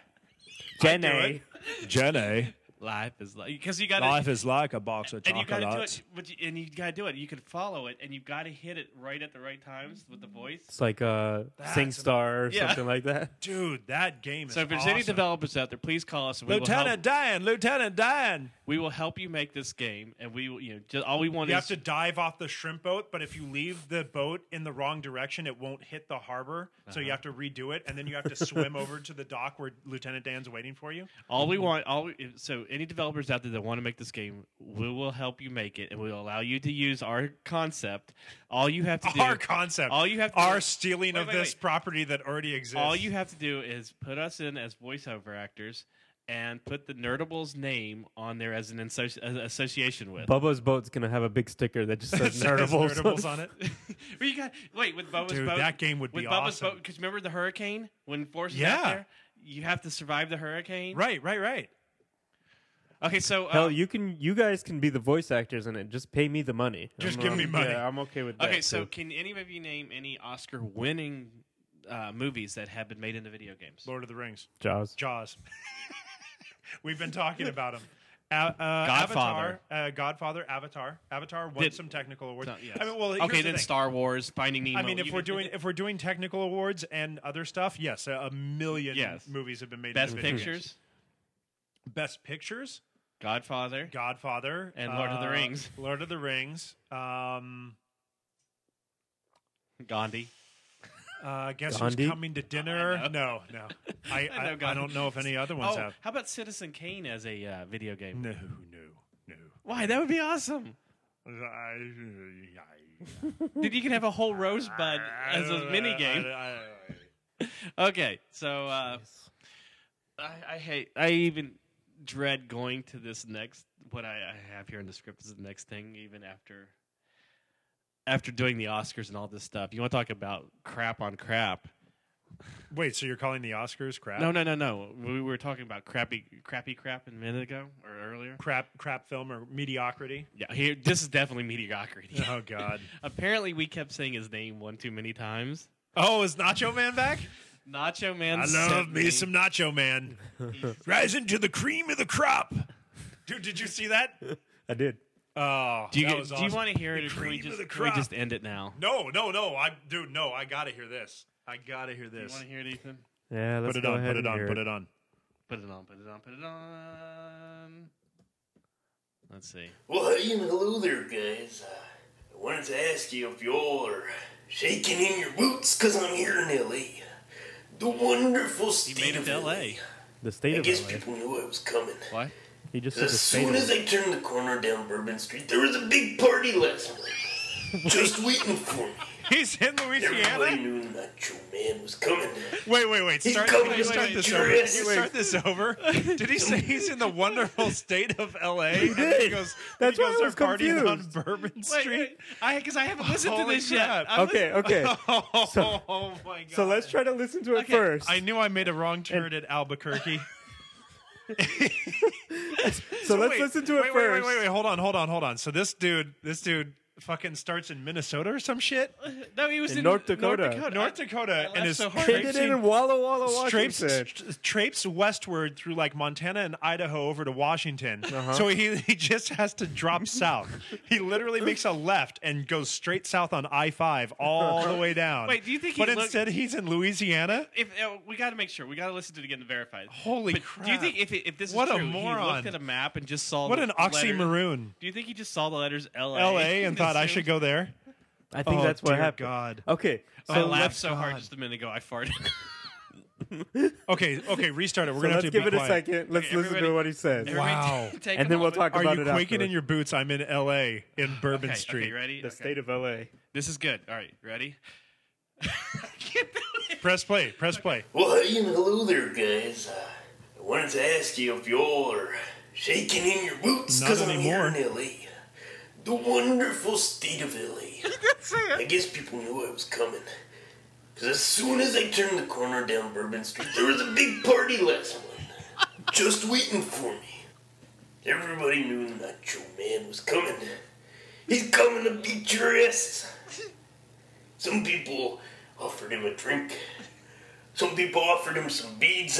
Speaker 4: Gen
Speaker 5: do
Speaker 4: A.
Speaker 5: it.
Speaker 7: Jenny.
Speaker 6: Life is like because you got
Speaker 8: Life is like a box of
Speaker 6: and you gotta do
Speaker 8: chocolates.
Speaker 6: it, but you, and you gotta do it. You can follow it, and you gotta hit it right at the right times with the voice.
Speaker 4: It's like uh, SingStar or
Speaker 6: Yeah.
Speaker 4: something like that.
Speaker 5: Dude, that game is
Speaker 6: So if there's any
Speaker 5: awesome.
Speaker 6: developers out there, please call us. And we, will
Speaker 8: Lieutenant
Speaker 6: help,
Speaker 8: Dan, Lieutenant Dan.
Speaker 6: we will help you make this game, and we will, you know just, all we want
Speaker 5: You
Speaker 6: is
Speaker 5: have to dive off the shrimp boat, but if you leave the boat in the wrong direction, it won't hit the harbor. So
Speaker 6: Uh-huh.
Speaker 5: you have to redo it, and then you have to swim over to the dock where Lieutenant Dan's waiting for you.
Speaker 6: All we want, all we, so any developers out there that want to make this game, we will help you make it, and we'll allow you to use our concept. All you have to do,
Speaker 5: Our concept,
Speaker 6: all you have to
Speaker 5: our
Speaker 6: do-
Speaker 5: stealing
Speaker 6: Wait,
Speaker 5: of
Speaker 6: wait,
Speaker 5: this
Speaker 6: wait.
Speaker 5: property that already exists.
Speaker 6: all you have to do is put us in as voiceover actors and put the Nerdable's name on there as an inso- as- association with.
Speaker 4: Bubba's boat's gonna have a big sticker that just says
Speaker 5: Says
Speaker 4: Nerdables.
Speaker 5: Nerdables on it.
Speaker 6: Well, you got wait with Bubba's
Speaker 5: Dude,
Speaker 6: boat.
Speaker 5: that game would be
Speaker 6: with Bubba's
Speaker 5: awesome.
Speaker 6: boat because remember the hurricane when forces out
Speaker 5: Yeah.
Speaker 6: there, you have to survive the hurricane.
Speaker 5: Right, right, right.
Speaker 6: Okay, so uh,
Speaker 4: Hell, you can, you guys can be the voice actors in it. Just pay me the money.
Speaker 5: Just
Speaker 4: I'm-
Speaker 5: give me
Speaker 4: I'm-
Speaker 5: money.
Speaker 4: Yeah, I'm okay with that.
Speaker 6: Okay, so
Speaker 4: too.
Speaker 6: can any of you name any Oscar-winning uh, movies that have been made into video games?
Speaker 5: Lord of the Rings,
Speaker 4: Jaws.
Speaker 5: Jaws. We've been talking about them. A- uh,
Speaker 6: Godfather.
Speaker 5: Avatar, uh, Godfather, Avatar, Avatar won
Speaker 6: Did-
Speaker 5: some technical awards.
Speaker 6: No, yes.
Speaker 5: I mean, well, here's
Speaker 6: okay,
Speaker 5: the
Speaker 6: then
Speaker 5: thing.
Speaker 6: Star Wars, Finding Nemo.
Speaker 5: I mean, if
Speaker 6: you
Speaker 5: we're
Speaker 6: can-
Speaker 5: doing if we're doing technical awards and other stuff, yes, a, a million
Speaker 6: Yes.
Speaker 5: movies have been made.
Speaker 6: best
Speaker 5: into video games.
Speaker 6: pictures,
Speaker 5: best pictures,
Speaker 6: Godfather,
Speaker 5: Godfather,
Speaker 6: And Lord of the
Speaker 5: uh,
Speaker 6: Rings.
Speaker 5: Lord of the Rings. Um,
Speaker 6: Gandhi.
Speaker 5: uh, guess
Speaker 4: Gandhi?
Speaker 5: who's coming to dinner?
Speaker 6: I
Speaker 5: no, no, I
Speaker 6: I know
Speaker 5: I, I,
Speaker 6: Gandhi.
Speaker 5: don't know if any other ones
Speaker 6: Oh,
Speaker 5: have.
Speaker 6: how about Citizen Kane as a uh, video game?
Speaker 5: No, no, no.
Speaker 6: Why that would be awesome.
Speaker 5: I- I-
Speaker 6: Dude, you can have a whole rosebud as a mini game. Okay, so uh, I, I hate, I even dread going to this next. What I, I have here in the script is the next thing, even after after doing the Oscars and all this stuff. You want to talk about crap on crap?
Speaker 5: Wait, so you're calling the Oscars crap?
Speaker 6: No, no, no, no. We were talking about crappy, crappy crap a minute ago or earlier.
Speaker 5: crap, crap film or mediocrity?
Speaker 6: Yeah, here. This is definitely mediocrity.
Speaker 5: Oh God!
Speaker 6: Apparently, we kept saying his name one too many times.
Speaker 5: oh, is Nacho Man back?
Speaker 6: Nacho Man.
Speaker 5: I love
Speaker 6: sent
Speaker 5: me some Nacho Man. Rising to the cream of the crop. Dude, did you see that?
Speaker 4: I did.
Speaker 5: Oh,
Speaker 6: Do you,
Speaker 5: that
Speaker 6: get-
Speaker 5: was
Speaker 6: do you
Speaker 5: awesome.
Speaker 6: want to hear it,
Speaker 5: The
Speaker 6: or can we
Speaker 5: cream of
Speaker 6: just
Speaker 5: the
Speaker 6: can we
Speaker 5: crop.
Speaker 6: just end it now?
Speaker 5: No, no, no. I dude, no. I gotta hear this. I gotta hear
Speaker 6: You
Speaker 5: this.
Speaker 6: want to hear it, Ethan?
Speaker 4: Yeah, let's
Speaker 5: put it
Speaker 4: go
Speaker 5: on.
Speaker 4: ahead
Speaker 5: Put it
Speaker 4: and
Speaker 5: on.
Speaker 4: hear
Speaker 5: Put it on.
Speaker 6: Put it on, put it on, put it on. Let's see.
Speaker 9: Well, hey, and hello there, guys. Uh, I wanted to ask you if y'all are shaking in your boots 'cause I'm here in L.A. The wonderful
Speaker 6: He
Speaker 9: state
Speaker 6: made it
Speaker 9: of
Speaker 6: to LA.
Speaker 9: L.A.
Speaker 4: The state
Speaker 9: I
Speaker 4: of
Speaker 9: guess
Speaker 4: LA.
Speaker 9: people knew I was coming.
Speaker 6: What?
Speaker 4: He just said the
Speaker 9: As
Speaker 4: state
Speaker 9: soon
Speaker 4: of
Speaker 9: as I turned the corner down Bourbon Street, there was a big party last night. Just waiting for me.
Speaker 5: He's in
Speaker 9: Everybody
Speaker 5: Louisiana.
Speaker 9: knew Nacho Man was coming.
Speaker 5: Wait, wait, wait.
Speaker 9: He's
Speaker 5: Start,
Speaker 9: coming
Speaker 5: can you
Speaker 9: to
Speaker 5: start
Speaker 9: my
Speaker 5: this
Speaker 9: tourist.
Speaker 5: over. Can you
Speaker 9: Wait.
Speaker 5: start this over? Did he say he's in the wonderful state of L.A.? He
Speaker 4: did.
Speaker 5: He goes,
Speaker 4: That's
Speaker 5: he
Speaker 4: why I
Speaker 5: goes
Speaker 4: was
Speaker 5: they're partying
Speaker 4: confused.
Speaker 5: on Bourbon
Speaker 6: Wait,
Speaker 5: Street.
Speaker 6: wait, I because I haven't listened to
Speaker 5: Holy
Speaker 6: this yet.
Speaker 5: crap.
Speaker 6: I'm
Speaker 4: Okay, okay.
Speaker 5: Oh,
Speaker 4: So-
Speaker 5: my god.
Speaker 4: so let's try to listen to it
Speaker 6: Okay,
Speaker 4: first.
Speaker 5: I knew I made a wrong turn at Albuquerque.
Speaker 4: so let's
Speaker 5: Wait,
Speaker 4: listen to it first.
Speaker 5: wait, Wait, wait, wait, wait, hold on, hold on, hold on. So this dude, this dude fucking starts in Minnesota or some shit?
Speaker 6: listening- no, he was in,
Speaker 4: In North Dakota.
Speaker 5: North Dakota
Speaker 6: laughed
Speaker 5: and is
Speaker 6: so hard.
Speaker 4: They did it in Walla Walla,
Speaker 5: traipse,
Speaker 4: Washington.
Speaker 5: tra- traipse westward through like Montana and Idaho over to Washington.
Speaker 6: Uh-huh.
Speaker 5: So he, he just has to drop south. He literally makes a left and goes straight south on I 5 all the way down.
Speaker 6: Wait, do you think he
Speaker 5: But
Speaker 6: looked-
Speaker 5: instead he's in Louisiana?
Speaker 6: If uh, we got to make sure, we got to listen to it again to verify. it.
Speaker 5: Holy
Speaker 6: But
Speaker 5: crap.
Speaker 6: Do you think if it, if this is
Speaker 5: What a
Speaker 6: true, he
Speaker 5: moron.
Speaker 6: looked at a map and just saw
Speaker 5: What
Speaker 6: the
Speaker 5: an
Speaker 6: letters-
Speaker 5: oxymaroon.
Speaker 6: Do you think he just saw the letters L A
Speaker 5: LA and thought I should go there?
Speaker 4: I think
Speaker 5: Oh,
Speaker 4: that's what
Speaker 5: dear
Speaker 4: happened.
Speaker 5: God. Oh,
Speaker 4: Okay, so
Speaker 6: I
Speaker 4: let's-
Speaker 6: laughed so hard just a minute ago. I farted.
Speaker 5: Okay, okay, restart it. We're
Speaker 4: So
Speaker 5: gonna
Speaker 4: let's
Speaker 5: have
Speaker 4: give
Speaker 5: to be
Speaker 4: it a
Speaker 5: quiet.
Speaker 4: second. Let's
Speaker 6: Okay,
Speaker 4: listen to
Speaker 6: everybody-
Speaker 4: what he says.
Speaker 6: Everybody
Speaker 5: Wow.
Speaker 6: take
Speaker 4: And then
Speaker 6: a
Speaker 4: we'll
Speaker 6: moment.
Speaker 4: talk
Speaker 5: Are
Speaker 4: about
Speaker 5: you
Speaker 4: it
Speaker 5: quaking in
Speaker 4: afterwards.
Speaker 5: your boots? I'm in LA in Bourbon
Speaker 6: Okay,
Speaker 5: Street.
Speaker 6: Okay, ready?
Speaker 4: the
Speaker 6: Okay.
Speaker 4: state of LA.
Speaker 6: This is good. All right, ready? I can't do it.
Speaker 5: Press play. Press play.
Speaker 9: Well, hey, and hello there, guys. Uh, I wanted to ask you if y'all are shaking in your boots
Speaker 5: Not
Speaker 9: 'cause I'm
Speaker 5: anymore.
Speaker 9: here in L.A. The wonderful state of L.A. I guess people knew I was coming. Because as soon as I turned the corner down Bourbon Street, there was a big party last night. Just waiting for me. Everybody knew Nacho Man was coming. He's coming to beat your asses. Some people offered him a drink. Some people offered him some beads.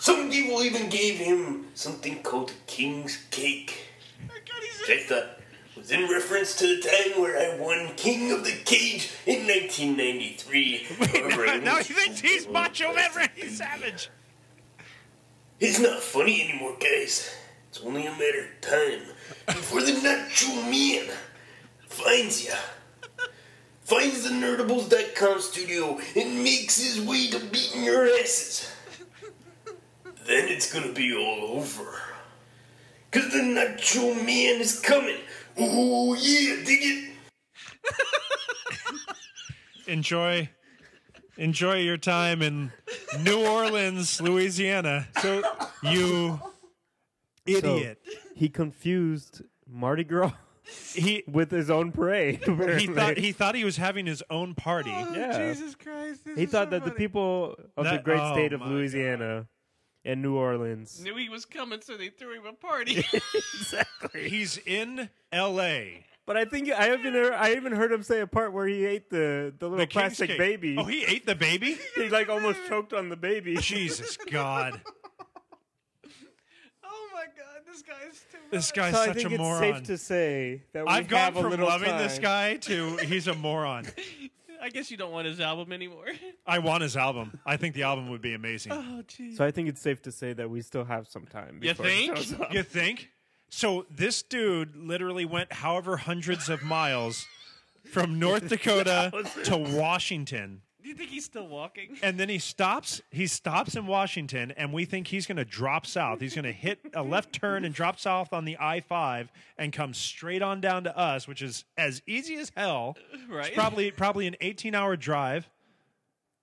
Speaker 9: Some people even gave him something called the King's Cake. Which I thought was in reference to the time where I won King of the Cage in 1993. However, I
Speaker 5: Now
Speaker 9: was
Speaker 5: he thinks he's
Speaker 9: fooled
Speaker 5: Macho
Speaker 9: by
Speaker 5: Man
Speaker 9: the
Speaker 5: Randy
Speaker 9: dude.
Speaker 5: Savage.
Speaker 9: It's not funny anymore, guys. It's only a matter of time before the Nacho Man finds ya. Finds the Nerdables.com studio and makes his way to beating your asses. Then it's gonna be all over. Cause the Nacho Man is coming. Ooh, yeah, dig it?
Speaker 5: Enjoy, enjoy your time in New Orleans, Louisiana. So you idiot.
Speaker 4: He confused Mardi Gras
Speaker 5: he
Speaker 4: with his own parade.
Speaker 5: he thought
Speaker 4: apparently.
Speaker 5: he thought he was having his own party.
Speaker 4: Yeah.
Speaker 6: Jesus Christ. this
Speaker 4: He
Speaker 6: is
Speaker 4: thought
Speaker 6: so
Speaker 4: that the
Speaker 6: funny.
Speaker 4: people of the
Speaker 5: That-
Speaker 4: great
Speaker 5: oh
Speaker 4: state of
Speaker 5: my
Speaker 4: Louisiana and New Orleans.
Speaker 6: knew he was coming, so they threw him a party.
Speaker 4: exactly.
Speaker 5: He's in L.A.
Speaker 4: But I think I even I even heard him say a part where he ate the the little
Speaker 5: The King's
Speaker 4: plastic
Speaker 5: Cake.
Speaker 4: baby.
Speaker 5: Oh, he ate the baby.
Speaker 4: he like almost choked on the baby.
Speaker 5: Jesus God,
Speaker 6: oh my God, this guy is too.
Speaker 5: this
Speaker 4: So
Speaker 6: much.
Speaker 5: guy's
Speaker 4: I
Speaker 5: such
Speaker 4: think
Speaker 5: a
Speaker 4: it's
Speaker 5: moron.
Speaker 4: safe to say that we
Speaker 5: I've gone
Speaker 4: have a
Speaker 5: from
Speaker 4: little
Speaker 5: loving
Speaker 4: time.
Speaker 5: this guy to he's a moron.
Speaker 6: I guess you don't want his album anymore.
Speaker 5: I want his album. I think the album would be amazing.
Speaker 6: Oh jeez.
Speaker 4: So I think it's safe to say that we still have some time.
Speaker 6: You
Speaker 4: before he
Speaker 6: think?
Speaker 4: shows up.
Speaker 5: You think? So this dude literally went however hundreds of miles from North Dakota to Washington.
Speaker 6: Do you think he's still walking?
Speaker 5: and then he stops he stops in washington and we think he's going to drop south he's going to hit a left turn and drop south on the i-5 and come straight on down to us which is as easy as hell
Speaker 6: Right.
Speaker 5: it's probably probably an 18 hour drive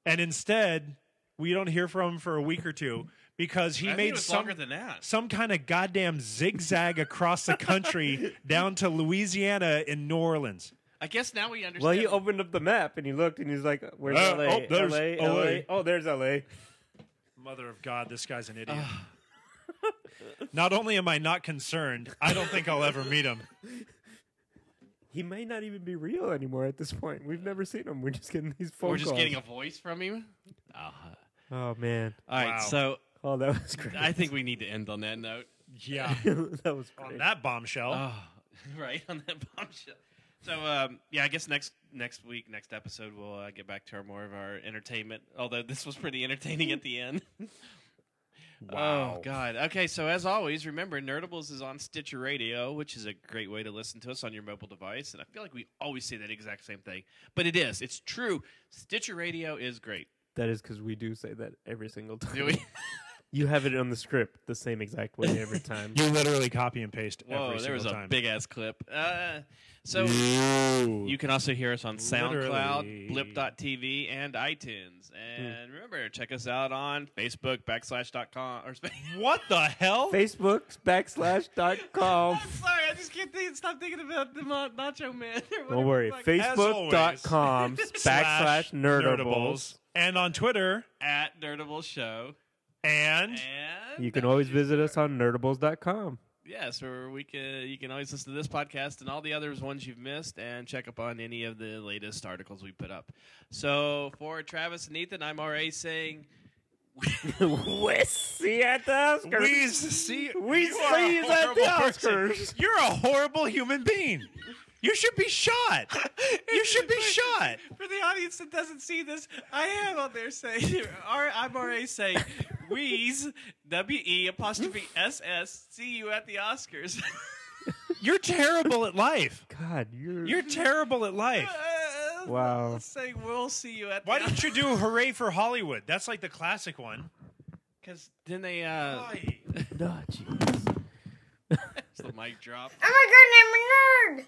Speaker 5: and instead we don't hear from him for a week or two because he
Speaker 6: I think it
Speaker 5: made
Speaker 6: was
Speaker 5: some
Speaker 6: longer than that.
Speaker 5: some kind of goddamn zigzag across the country down to Louisiana in New Orleans.
Speaker 6: I guess now we understand.
Speaker 4: Well, he opened up the map and he's like, "Where's like, Where's
Speaker 5: Uh,
Speaker 4: LA?
Speaker 5: oh, there's
Speaker 4: LA,
Speaker 5: LA.
Speaker 4: Oh, there's LA.
Speaker 5: Mother of God, this guy's an idiot. Ah. not only am I not concerned, I don't think I'll ever meet him.
Speaker 4: He may not even be real anymore at this point. We've never seen him. We're just getting these phone
Speaker 6: We're just
Speaker 4: calls.
Speaker 6: getting a voice from him.
Speaker 4: oh man.
Speaker 6: Uh-huh. All right,
Speaker 5: Wow.
Speaker 6: so
Speaker 4: Oh, that was great.
Speaker 6: I think we need to end on that note.
Speaker 5: Yeah.
Speaker 4: that was
Speaker 5: On
Speaker 4: great.
Speaker 5: that bombshell.
Speaker 6: Oh, right on that bombshell. So um, yeah, I guess next next week, next episode, we'll uh, get back to our more of our entertainment. Although this was pretty entertaining at the end. Wow. Oh God. Okay, so as always, remember Nerdables is on Stitcher Radio, which is a great way to listen to us on your mobile device. And I feel like we always say that exact same thing, but it is. It's true. Stitcher Radio is great.
Speaker 4: That is because we do say that every single time.
Speaker 6: Do we?
Speaker 4: You have it on the script the same exact way every time.
Speaker 5: you literally copy and paste
Speaker 6: Whoa,
Speaker 5: every
Speaker 6: there was
Speaker 5: single
Speaker 6: a
Speaker 5: time.
Speaker 6: big ass clip. Uh, so you can also hear us on SoundCloud, Blip.tv, and iTunes. And
Speaker 4: Hmm.
Speaker 6: remember, check us out on Facebook backslash.com or. sp-
Speaker 5: what the hell?
Speaker 4: Facebook backslash dot com.
Speaker 6: I'm sorry, I just can't think, stop thinking about the Ma- Macho Man. or
Speaker 4: Don't
Speaker 6: whatever
Speaker 4: worry.
Speaker 6: the fuck.
Speaker 4: Facebook dot com backslash nerdables.
Speaker 5: And on Twitter.
Speaker 6: at Nerdable Show.
Speaker 5: And
Speaker 6: And
Speaker 4: You can always visit us on nerdables.com.
Speaker 6: yes, where we can you can always listen to this podcast and all the others ones you've missed, and check up on any of the latest articles we put up. So for Travis and Ethan, I'm already saying.
Speaker 4: we see you at the Oscars.
Speaker 5: we see
Speaker 4: We
Speaker 5: you are a
Speaker 4: see you at the
Speaker 5: horrible person.
Speaker 4: Oscars.
Speaker 5: You're a horrible human being. You should be shot. You should be shot.
Speaker 6: For the audience that doesn't see this, I am on there saying, or I'm already saying, Wheeze, W E apostrophe S S, see you at the Oscars.
Speaker 5: You're terrible at life.
Speaker 4: God, you're,
Speaker 5: You're terrible at life.
Speaker 4: Wow.
Speaker 6: Saying, we'll see you at
Speaker 5: Why
Speaker 6: the
Speaker 5: don't you do Hooray for Hollywood? That's like the classic one.
Speaker 6: Because then they, uh,
Speaker 4: Oh, jeez.
Speaker 6: it's the mic drop.
Speaker 3: I'm a good nerd.